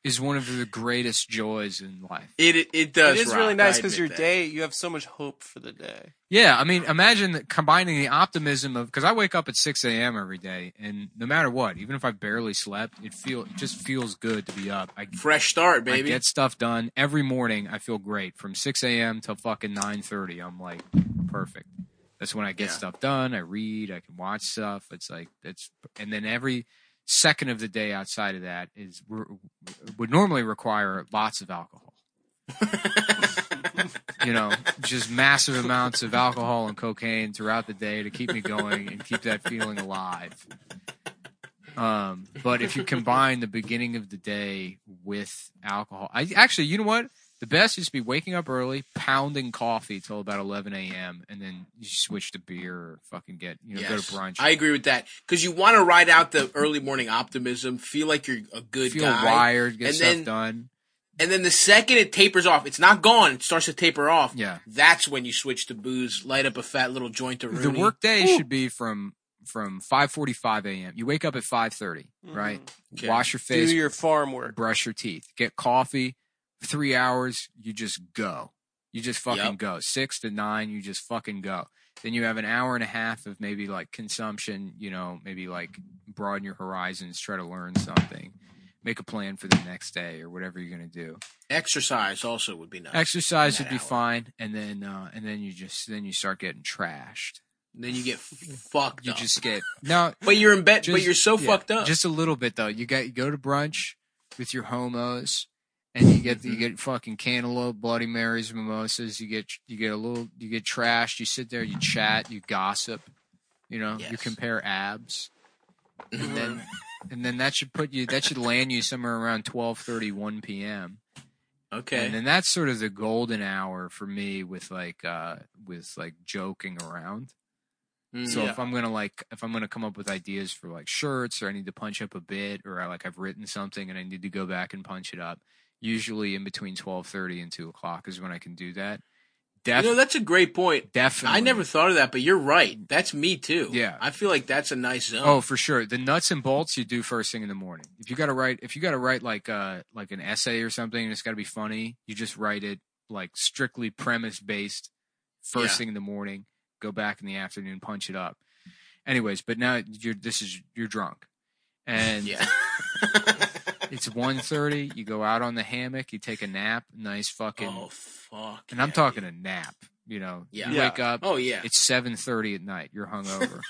S2: is one of the greatest joys in life.
S1: It it
S3: It
S1: does.
S3: is
S1: rock,
S3: really nice
S1: I
S3: because
S1: admit
S3: your
S1: that.
S3: day, you have so much hope for the day.
S2: Yeah, I mean, imagine that combining the optimism of because I wake up at six a.m. every day, and no matter what, even if I barely slept, it feel it just feels good to be up. I,
S1: fresh start,
S2: I
S1: baby.
S2: get stuff done every morning. I feel great from six a.m. till fucking nine thirty. I'm like perfect. That's when I get
S1: Yeah.
S2: stuff done. I read. I can watch stuff. It's like it's and then every second of the day outside of that is would normally require lots of alcohol you know, just massive amounts of alcohol and cocaine throughout the day to keep me going and keep that feeling alive. Um, but if you combine the beginning of the day with alcohol, I actually, you know what? The best is to be waking up early, pounding coffee till about 11 a.m., and then you switch to beer or fucking get, you know, go
S1: Yes.
S2: to brunch.
S1: I agree with that because you want to ride out the early morning optimism, feel like you're a good
S2: feel
S1: guy,
S2: wired, get
S1: and
S2: stuff
S1: then-
S2: done.
S1: and then the second it tapers off, it's not gone. It starts to taper off.
S2: Yeah.
S1: that's when you switch to booze, light up a fat little joint to
S2: The
S1: Rooney.
S2: workday should be from from 5:45 a.m. You wake up at 5:30, right?
S1: Okay.
S2: Wash your face,
S3: Do your farm work.
S2: brush your teeth, get coffee, three hours, you just go. You just fucking
S1: Yep.
S2: go. Six to nine, you just fucking go. Then you have an hour and a half of maybe like consumption, you know, maybe like broaden your horizons, try to learn something, make a plan for the next day or whatever you're going to do.
S1: Exercise also would be nice.
S2: Exercise
S1: that
S2: would be
S1: hour.
S2: fine. And then, uh, and then you just, then you start getting trashed.
S1: then you get f- fucked
S2: You
S1: up.
S2: just get, no,
S1: but you're in bed, but
S2: Just-
S1: you're so
S2: yeah,
S1: fucked up.
S2: Just a little bit though. You got you go to brunch with your homos, and you get
S1: Mm-hmm.
S2: you get fucking cantaloupe, bloody marys, mimosas. You get you get a little you get trashed. You sit there, you chat, you gossip. You know, you
S1: Yes.
S2: compare abs, and then and then that should put you that should land you somewhere around 12:30, 1 p.m.
S1: okay.
S2: And then that's sort of the golden hour for me with like uh with like joking around.
S1: Mm,
S2: So
S1: yeah.
S2: if I'm gonna like, if I'm gonna come up with ideas for like shirts, or I need to punch up a bit, or I, like I've written something and I need to go back and punch it up, usually in between twelve thirty and two o'clock is when I can do that. Def-
S1: you know, that's a great point.
S2: definitely.
S1: I never thought of that, but you're right. That's me too.
S2: Yeah.
S1: I feel like that's a nice zone.
S2: Oh, for sure. The nuts and bolts you do first thing in the morning. If you got to write, if you got to write like uh like an essay or something, and it's got to be funny, you just write it like strictly premise based. First
S1: Yeah.
S2: thing in the morning, go back in the afternoon, punch it up. Anyways, but now you're this is you're drunk, and
S1: yeah.
S2: it's 1.30, You go out on the hammock, you take a nap, nice fucking.
S1: oh fuck.
S2: and I'm
S1: yeah,
S2: talking
S1: dude.
S2: a nap. You know,
S1: Yeah.
S2: you
S3: Yeah.
S2: wake up,
S1: Oh yeah.
S2: it's seven thirty at night. You're hungover.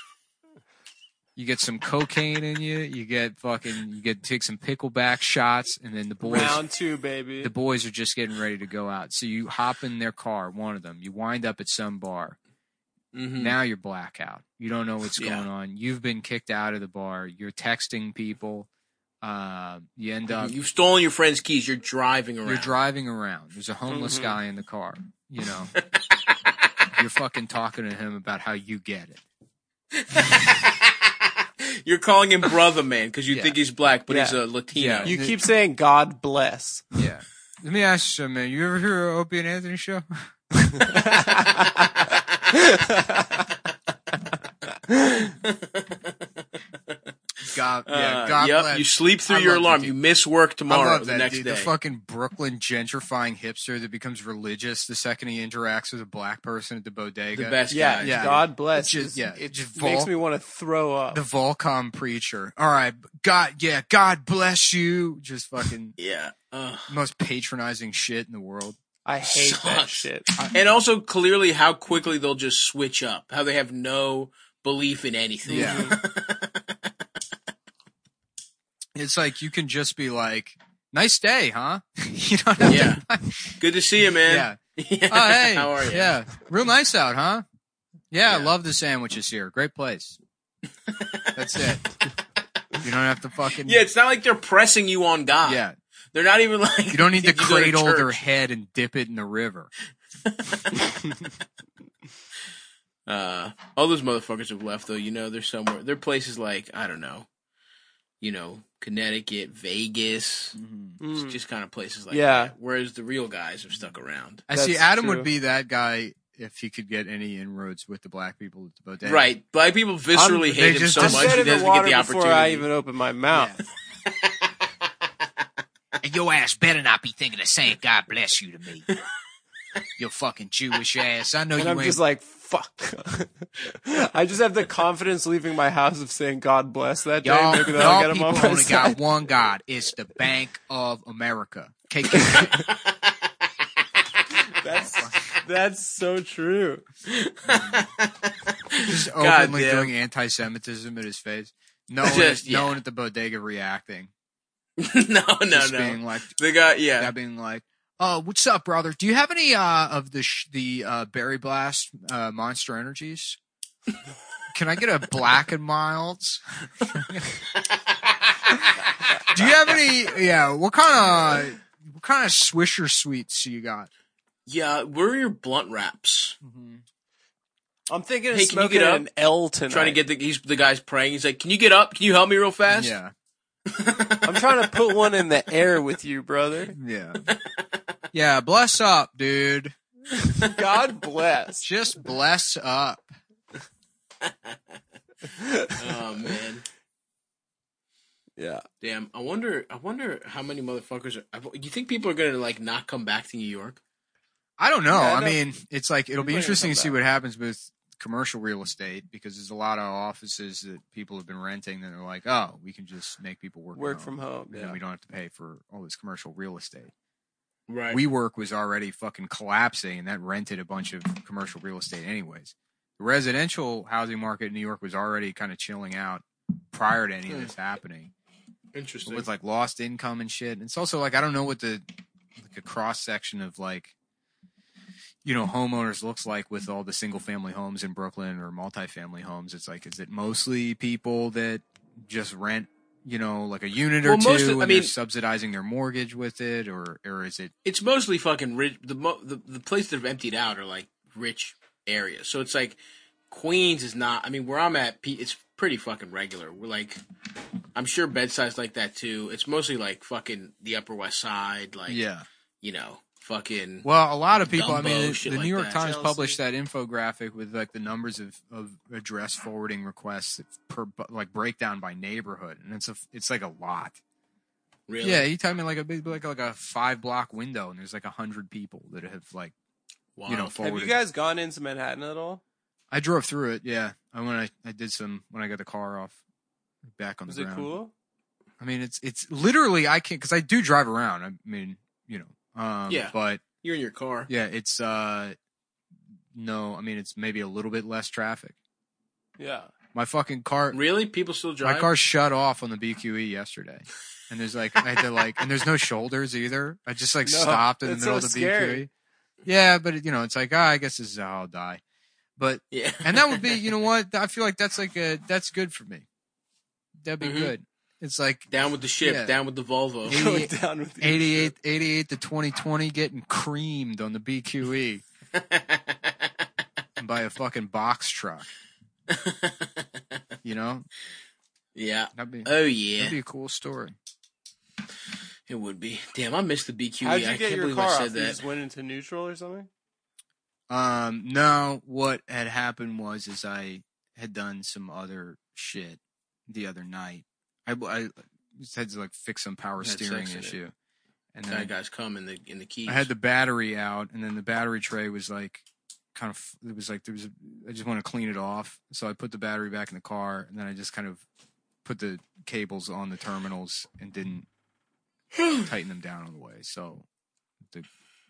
S2: you get some cocaine in you. You get fucking. You get take some pickleback shots, and then the boys.
S3: Round two, baby.
S2: The boys are just getting ready to go out. So you hop in their car, one of them. You wind up at some bar.
S1: Mhm.
S2: Now you're blackout. You don't know what's
S1: Yeah.
S2: going on. You've been kicked out of the bar. You're texting people. Uh, you end up
S1: You've stolen your friend's keys. You're driving around.
S2: you're driving around. There's a homeless
S1: Mm-hmm.
S3: Mhm.
S2: guy in the car. You know, you're fucking talking to him about how you get it.
S1: You're calling him brother man because you
S2: Yeah.
S1: think he's black, but
S3: Yeah.
S1: he's a Latino.
S2: Yeah.
S3: you keep saying God bless.
S2: Yeah. Let me ask you, something, man. You ever hear of Opie and Anthony show? God, yeah.
S1: Uh,
S2: God
S1: yep.
S2: bless.
S1: You sleep through
S2: I
S1: your
S2: love
S1: alarm.
S2: that
S1: You miss work
S2: I
S1: tomorrow.
S2: love
S1: The
S2: that
S1: next
S2: dude.
S1: day.
S2: The fucking Brooklyn gentrifying hipster that becomes religious the second he interacts with a black person at the bodega.
S1: the best
S3: Yeah,
S1: guy.
S2: yeah.
S3: God bless.
S2: It's just-
S3: is-
S2: yeah,
S3: it
S2: just
S3: just makes
S2: vol-
S3: me want to throw up.
S2: The Volcom preacher. All right, God, yeah, God bless you. Just fucking
S1: Yeah. Ugh.
S2: most patronizing shit in the world.
S3: I hate that
S1: Sucks.
S3: shit.
S1: And also clearly how quickly they'll just switch up. How they have no belief in anything.
S2: Yeah. It's like you can just be like, "Nice day, huh?" you don't have
S1: Yeah.
S2: to.
S1: Good to see you,
S2: Yeah.
S1: man. Yeah.
S2: Oh, hey.
S1: How are you?
S2: Yeah. Real nice out, huh? Yeah, I
S1: Yeah.
S2: love the sandwiches here. Great place. That's it. You don't have to fucking.
S1: Yeah, it's not like they're pressing you on God.
S2: Yeah.
S1: They're not even like
S2: You don't need to
S1: Did you go to
S2: cradle their
S1: church?
S2: head and dip it in the river.
S1: Uh, all those motherfuckers have left, though. You know, they're somewhere. They're places like I don't know, you know, Connecticut, Vegas, It's
S3: Mm.
S1: just kind of places like
S3: Yeah.
S1: that. Whereas the real guys have stuck around.
S2: I see
S3: That's
S2: Adam
S3: true.
S2: would be that guy if he could get any inroads with the black people at the bodega.
S1: Right? Black people viscerally hate
S3: I'm-
S2: they
S1: him
S2: just-
S1: so
S2: I
S3: I
S1: much
S3: said
S1: he
S3: in the
S1: doesn't get
S3: water
S1: the
S3: before
S1: opportunity.
S3: I even opened my mouth.
S2: Yeah.
S1: Oh.
S4: And your ass better not be thinking of saying God bless you to me. You fucking Jewish ass. I know
S3: And
S4: you
S3: I'm
S4: ain't.
S3: just like, fuck. I just have the confidence leaving my house of saying God bless that day.
S4: y'all
S3: Maybe that'll
S4: y'all
S3: get him
S4: people
S3: on my
S4: only
S3: side.
S4: got one God. It's the Bank of America. KKK.
S3: That's, that's so true.
S2: Just
S1: God
S2: openly
S1: damn.
S2: doing anti-Semitism at his face. No one,
S1: Just,
S2: no
S1: yeah.
S2: one at the bodega reacting.
S1: no, no,
S2: Just
S1: no.
S2: being like,
S1: They got yeah.
S2: that being like, "Oh, what's up, brother? Do you have any uh, of the sh- the uh, Berry Blast uh, Monster Energies? Can I get a Black and Milds? Do you have any? Yeah, what kind of what kind of Swisher sweets you got? Mm-hmm.
S1: yeah, where are your blunt wraps?
S3: I'm thinking of
S1: Hey, can you
S3: smoking
S1: get up?
S3: an L tonight.
S1: Trying to get the he's the guy's praying. He's like, "Can you get up? Can you help me real fast?"
S2: Yeah,
S3: I'm trying to put one in the air with you, brother.
S2: yeah, yeah. Bless up, dude.
S3: God bless.
S2: Just bless up.
S1: Oh man.
S3: Yeah.
S1: Damn, I wonder. I wonder how many motherfuckers. Are, I- you think people are gonna like not come back to New York?
S2: I don't know.
S3: Yeah, I
S2: I
S3: know.
S2: mean, it's like it'll
S3: People are
S2: be
S3: gonna
S2: interesting
S3: come
S2: to see
S3: back.
S2: what happens with commercial real estate because there's a lot of offices that people have been renting that are like, oh, we can just make people work
S3: Work from home.
S2: and then
S3: Yeah.
S2: we don't have to pay for all this commercial real estate.
S1: Right.
S2: WeWork was already fucking collapsing, and that rented a bunch of commercial real estate anyways. The residential housing market in New York was already kind of chilling out prior to any
S3: Hmm.
S2: of this happening
S1: Interesting.
S2: with like lost income and shit. And it's also like I don't know what the like a cross section of like you know homeowners looks like with all the single family homes in Brooklyn or multifamily homes. It's like is it mostly people that just rent you know like a unit or
S1: Well, most
S2: two
S1: of-
S2: and
S1: I
S2: they're
S1: mean-
S2: subsidizing their mortgage with it or or is it
S1: it's mostly fucking rich. The mo- the the places that have emptied out are like rich areas. So it's like Queens is not. I mean, where I'm at, pe- it's pretty fucking regular. We're like, I'm sure bedsides like that too. It's mostly like fucking the Upper West Side, like you know, fucking
S2: Well, a lot of people. I
S1: Dumbo,
S2: mean, the,
S1: shit
S2: the
S1: like
S2: New York
S1: that.
S2: Times
S3: Chelsea.
S2: published that infographic with like the numbers of, of address forwarding requests per like breakdown by neighborhood, and it's a it's like a lot.
S1: really.
S2: Yeah, you tell me like a big like like a five block window, and there's like a hundred people that have like
S1: wow.
S2: you know
S3: Have
S2: forwarded.
S3: you guys gone into Manhattan at all?
S2: I drove through it. Yeah, I when I, I did some when I got the car off back on
S3: Was
S2: the
S3: it
S2: ground.
S3: cool?
S2: I mean, it's it's literally I can't because I do drive around. I mean, you know, um,
S1: Yeah.
S2: but
S1: You're in your car.
S2: Yeah, it's uh no. I mean, it's maybe a little bit less traffic.
S3: Yeah.
S2: My fucking car,
S1: Really? People still
S2: my
S1: drive?
S2: car shut off on the BQE yesterday, and there's like I had to like, and there's no shoulders either. I just like
S3: No,
S2: stopped in the
S3: that's
S2: middle of
S3: so
S2: the
S3: scary.
S2: BQE. Yeah, but it, you know, it's like ah, I guess this is how I'll die. But
S1: yeah.
S2: and that would be, you know what? I feel like that's like a that's good for me. That'd be
S1: Mhm.
S2: good. It's like
S1: down with the ship,
S2: Yeah.
S1: down with the Volvo.
S2: Yeah.
S3: Going down with the
S2: 88, 88 to 2020 getting creamed on the BQE by a fucking box truck. You know,
S1: yeah.
S2: that'd be,
S1: Oh
S2: that'd
S1: yeah,
S2: be a cool story.
S1: it would be. Damn, I missed the BQE.
S3: How'd you
S1: I
S3: get
S1: can't
S3: your
S1: believe
S3: car
S1: I
S3: off?
S1: said
S3: You
S1: that.
S3: just went into neutral or something?
S2: Um, no, what had happened was is I had done some other shit the other night. I, I just had to like fix some power
S1: Had sex
S2: steering
S1: in it.
S2: issue, and then I
S1: That guy's come in the in the keys.
S2: I had the battery out, and then the battery tray was like kind of. It was like there was. A, I just want to clean it off, so I put the battery back in the car, and then I just kind of put the cables on the terminals and didn't tighten them down all the way. So the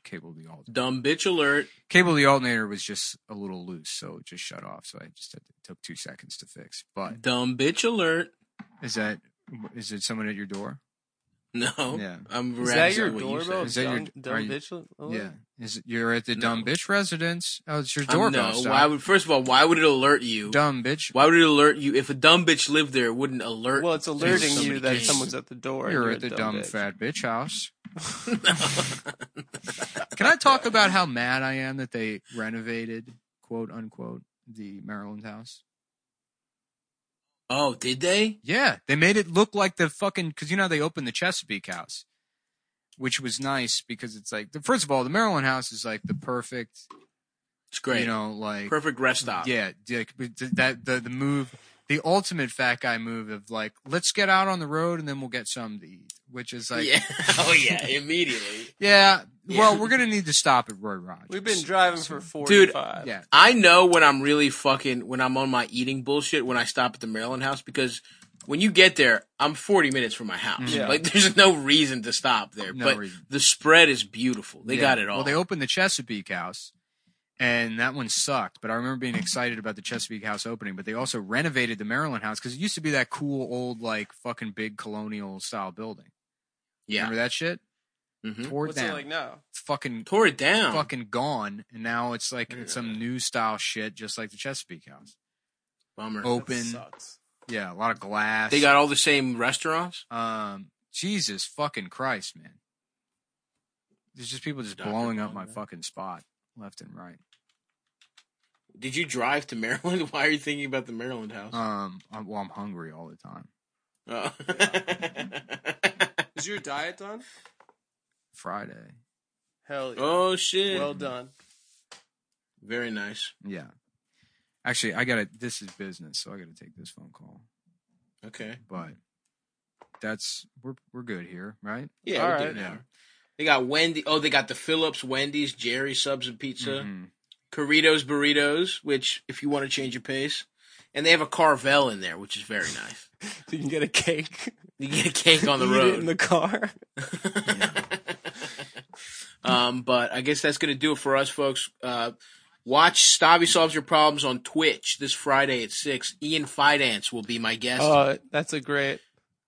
S2: cable of the alternator,
S1: dumb bitch alert.
S2: cable of the alternator was just a little loose, so it just shut off. So I just had to, it took two seconds to fix. But
S1: Dumb bitch alert.
S2: is that is it someone at your door?
S1: No.
S2: Yeah.
S1: I'm
S3: Is
S1: rather
S3: that your
S1: what you
S3: doorbell?
S1: said.
S2: Is that your-
S3: Dumb- dumb
S2: are you-
S3: bitch alert?
S2: Yeah, is it, you're at the dumb
S1: No.
S2: bitch residence? Oh, it's your
S1: Um,
S2: doorbell.
S1: no.
S2: stop.
S1: Why would first of all? Why would it alert you?
S2: dumb bitch?
S1: Why would it alert you if a dumb bitch lived there? It wouldn't alert.
S3: Well, it's alerting
S1: Somebody
S3: you that
S1: came.
S3: someone's at the door. and
S2: You're at the dumb,
S3: bitch.
S2: fat bitch house. Can I talk about how mad I am that they renovated, quote unquote, the Maryland house?
S1: oh, did they?
S2: Yeah, they made it look like the fucking because you know they opened the Chesapeake house, which was nice because it's like the first of all the Maryland house is like the perfect,
S1: It's great.
S2: you know, like
S1: Perfect rest stop.
S2: Yeah, like, but th- that the the move, the ultimate fat guy move of like let's get out on the road and then we'll get something to eat, which is like
S1: yeah. Oh yeah. Immediately.
S2: Yeah.
S1: Yeah.
S2: Well, we're gonna need to stop at Roy Rogers.
S3: We've been driving for
S1: Dude,
S3: 45.
S2: Yeah.
S1: I know when I'm really fucking when I'm on my eating bullshit when I stop at the Maryland house because when you get there, I'm 40 minutes from my house.
S3: Yeah.
S1: Like there's no reason to stop there.
S2: Mm. No
S1: but
S2: reason.
S1: the spread is beautiful. They
S2: Yeah.
S1: got it all.
S2: Well, they opened the Chesapeake House, and that one sucked. But I remember being excited about the Chesapeake House opening. But they also renovated the Maryland House because it used to be that cool old like fucking big colonial style building.
S1: yeah.
S2: Remember that shit?
S1: Mhm.
S2: Tore it
S3: What's
S2: down.
S3: it like now?
S2: It's fucking
S1: Tore it down.
S2: fucking gone. And now it's like it's some new style shit, just like the Chesapeake House.
S1: Bummer.
S2: Oh.
S3: That
S2: Open.
S3: sucks.
S2: Yeah, a lot of glass.
S1: They got all the same restaurants.
S2: Um, Jesus fucking Christ, man. There's just people just
S1: Dr.
S2: blowing up
S1: Bond,
S2: my
S1: yeah.
S2: fucking spot left and right.
S1: Did you drive to Maryland? Why are you thinking about the Maryland house?
S2: Um, I'm, well, I'm hungry all the time. Uh.
S1: Oh.
S3: Is your diet done?
S2: Friday.
S3: Hell yeah.
S1: oh shit.
S3: Well done.
S1: Very nice.
S2: Yeah. Actually, I gotta. This is business, so I gotta take this phone call.
S1: Okay.
S2: But that's we're we're good here, right?
S1: Yeah.
S3: All
S1: we're
S3: right.
S1: good now.
S2: Yeah.
S1: They got Wendy. Oh, they got the Phillips, Wendy's, Jerry Subs and Pizza.
S2: Mhm.
S1: Corritos burritos, which if you want to change your pace, and they have a Carvel in there, which is very nice.
S3: So you can get a cake.
S1: You get a cake on the
S3: Eat it in
S1: road.
S3: the car.
S1: um, but I guess that's gonna do it for us, folks. Uh, watch Stabby solves your problems on Twitch this Friday at six. Ian Fidance will be my guest.
S3: Oh, that's a great.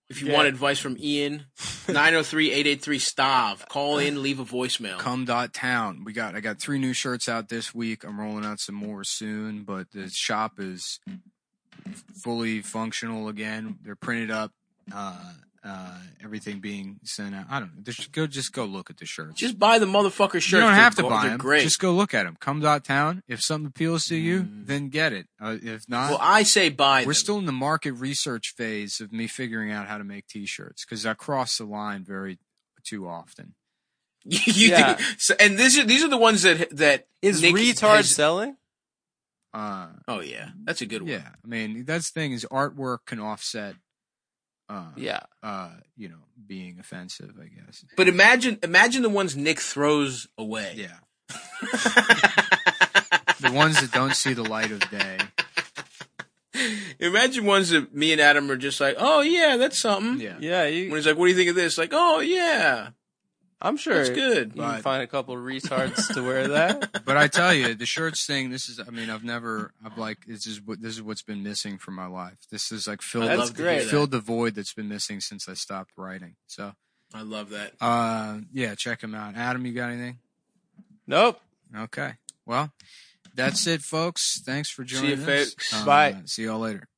S1: if you
S3: yeah.
S1: want advice from Ian, 903-883-STAV. Call in, leave a voicemail.
S2: Come dot town. We got I got three new shirts out this week. I'm rolling out some more soon, but the shop is fully functional again. They're printed up. Uh, uh, everything being sent out. I don't know. Just go, just go look at the shirts.
S1: Just buy the motherfucker shirts.
S2: You don't
S1: They're
S2: have to
S1: go-
S2: buy
S1: they're
S2: them.
S1: Great.
S2: Just go look at them. Come dot town. If something appeals to you, then get it. Uh, if not,
S1: Mm-hmm. well, I say buy.
S2: we're
S1: them.
S2: still in the market research phase of me figuring out how to make t-shirts because I cross the line very too often.
S1: you
S3: Yeah.
S1: do. So, and these are these are the ones that that
S3: Is
S1: Nick
S3: retard
S1: has-
S3: selling?
S2: Uh,
S1: oh yeah, that's a good one.
S2: yeah, I mean that's the thing is artwork can offset. Uh,
S3: Yeah.
S2: Uh, you know, being offensive, I guess.
S1: But imagine imagine the ones Nick throws away.
S2: Yeah. the ones that don't see the light of day.
S1: Imagine ones that me and Adam are just like, oh yeah, that's something.
S2: Yeah.
S3: Yeah.
S1: When
S3: You,
S1: he's like, what do you think of this? Like, oh yeah.
S3: I'm sure
S1: It's good,
S3: you can
S1: but
S3: find a couple of retards to wear that.
S2: But I tell you, the shirts thing. This is. I mean, I've never. I've like. This is. what This is what's been missing from my life. This is like filled.
S1: I
S3: love to hear
S2: great.
S3: that.
S2: Filled the void that's been missing since I stopped writing. So,
S1: I love that.
S2: uh, yeah, check them out. Adam, you got anything?
S3: Nope.
S2: Okay. Well, that's it, folks. Thanks for joining
S1: you,
S2: us.
S1: folks.
S2: Uh,
S3: Bye.
S2: See y'all later.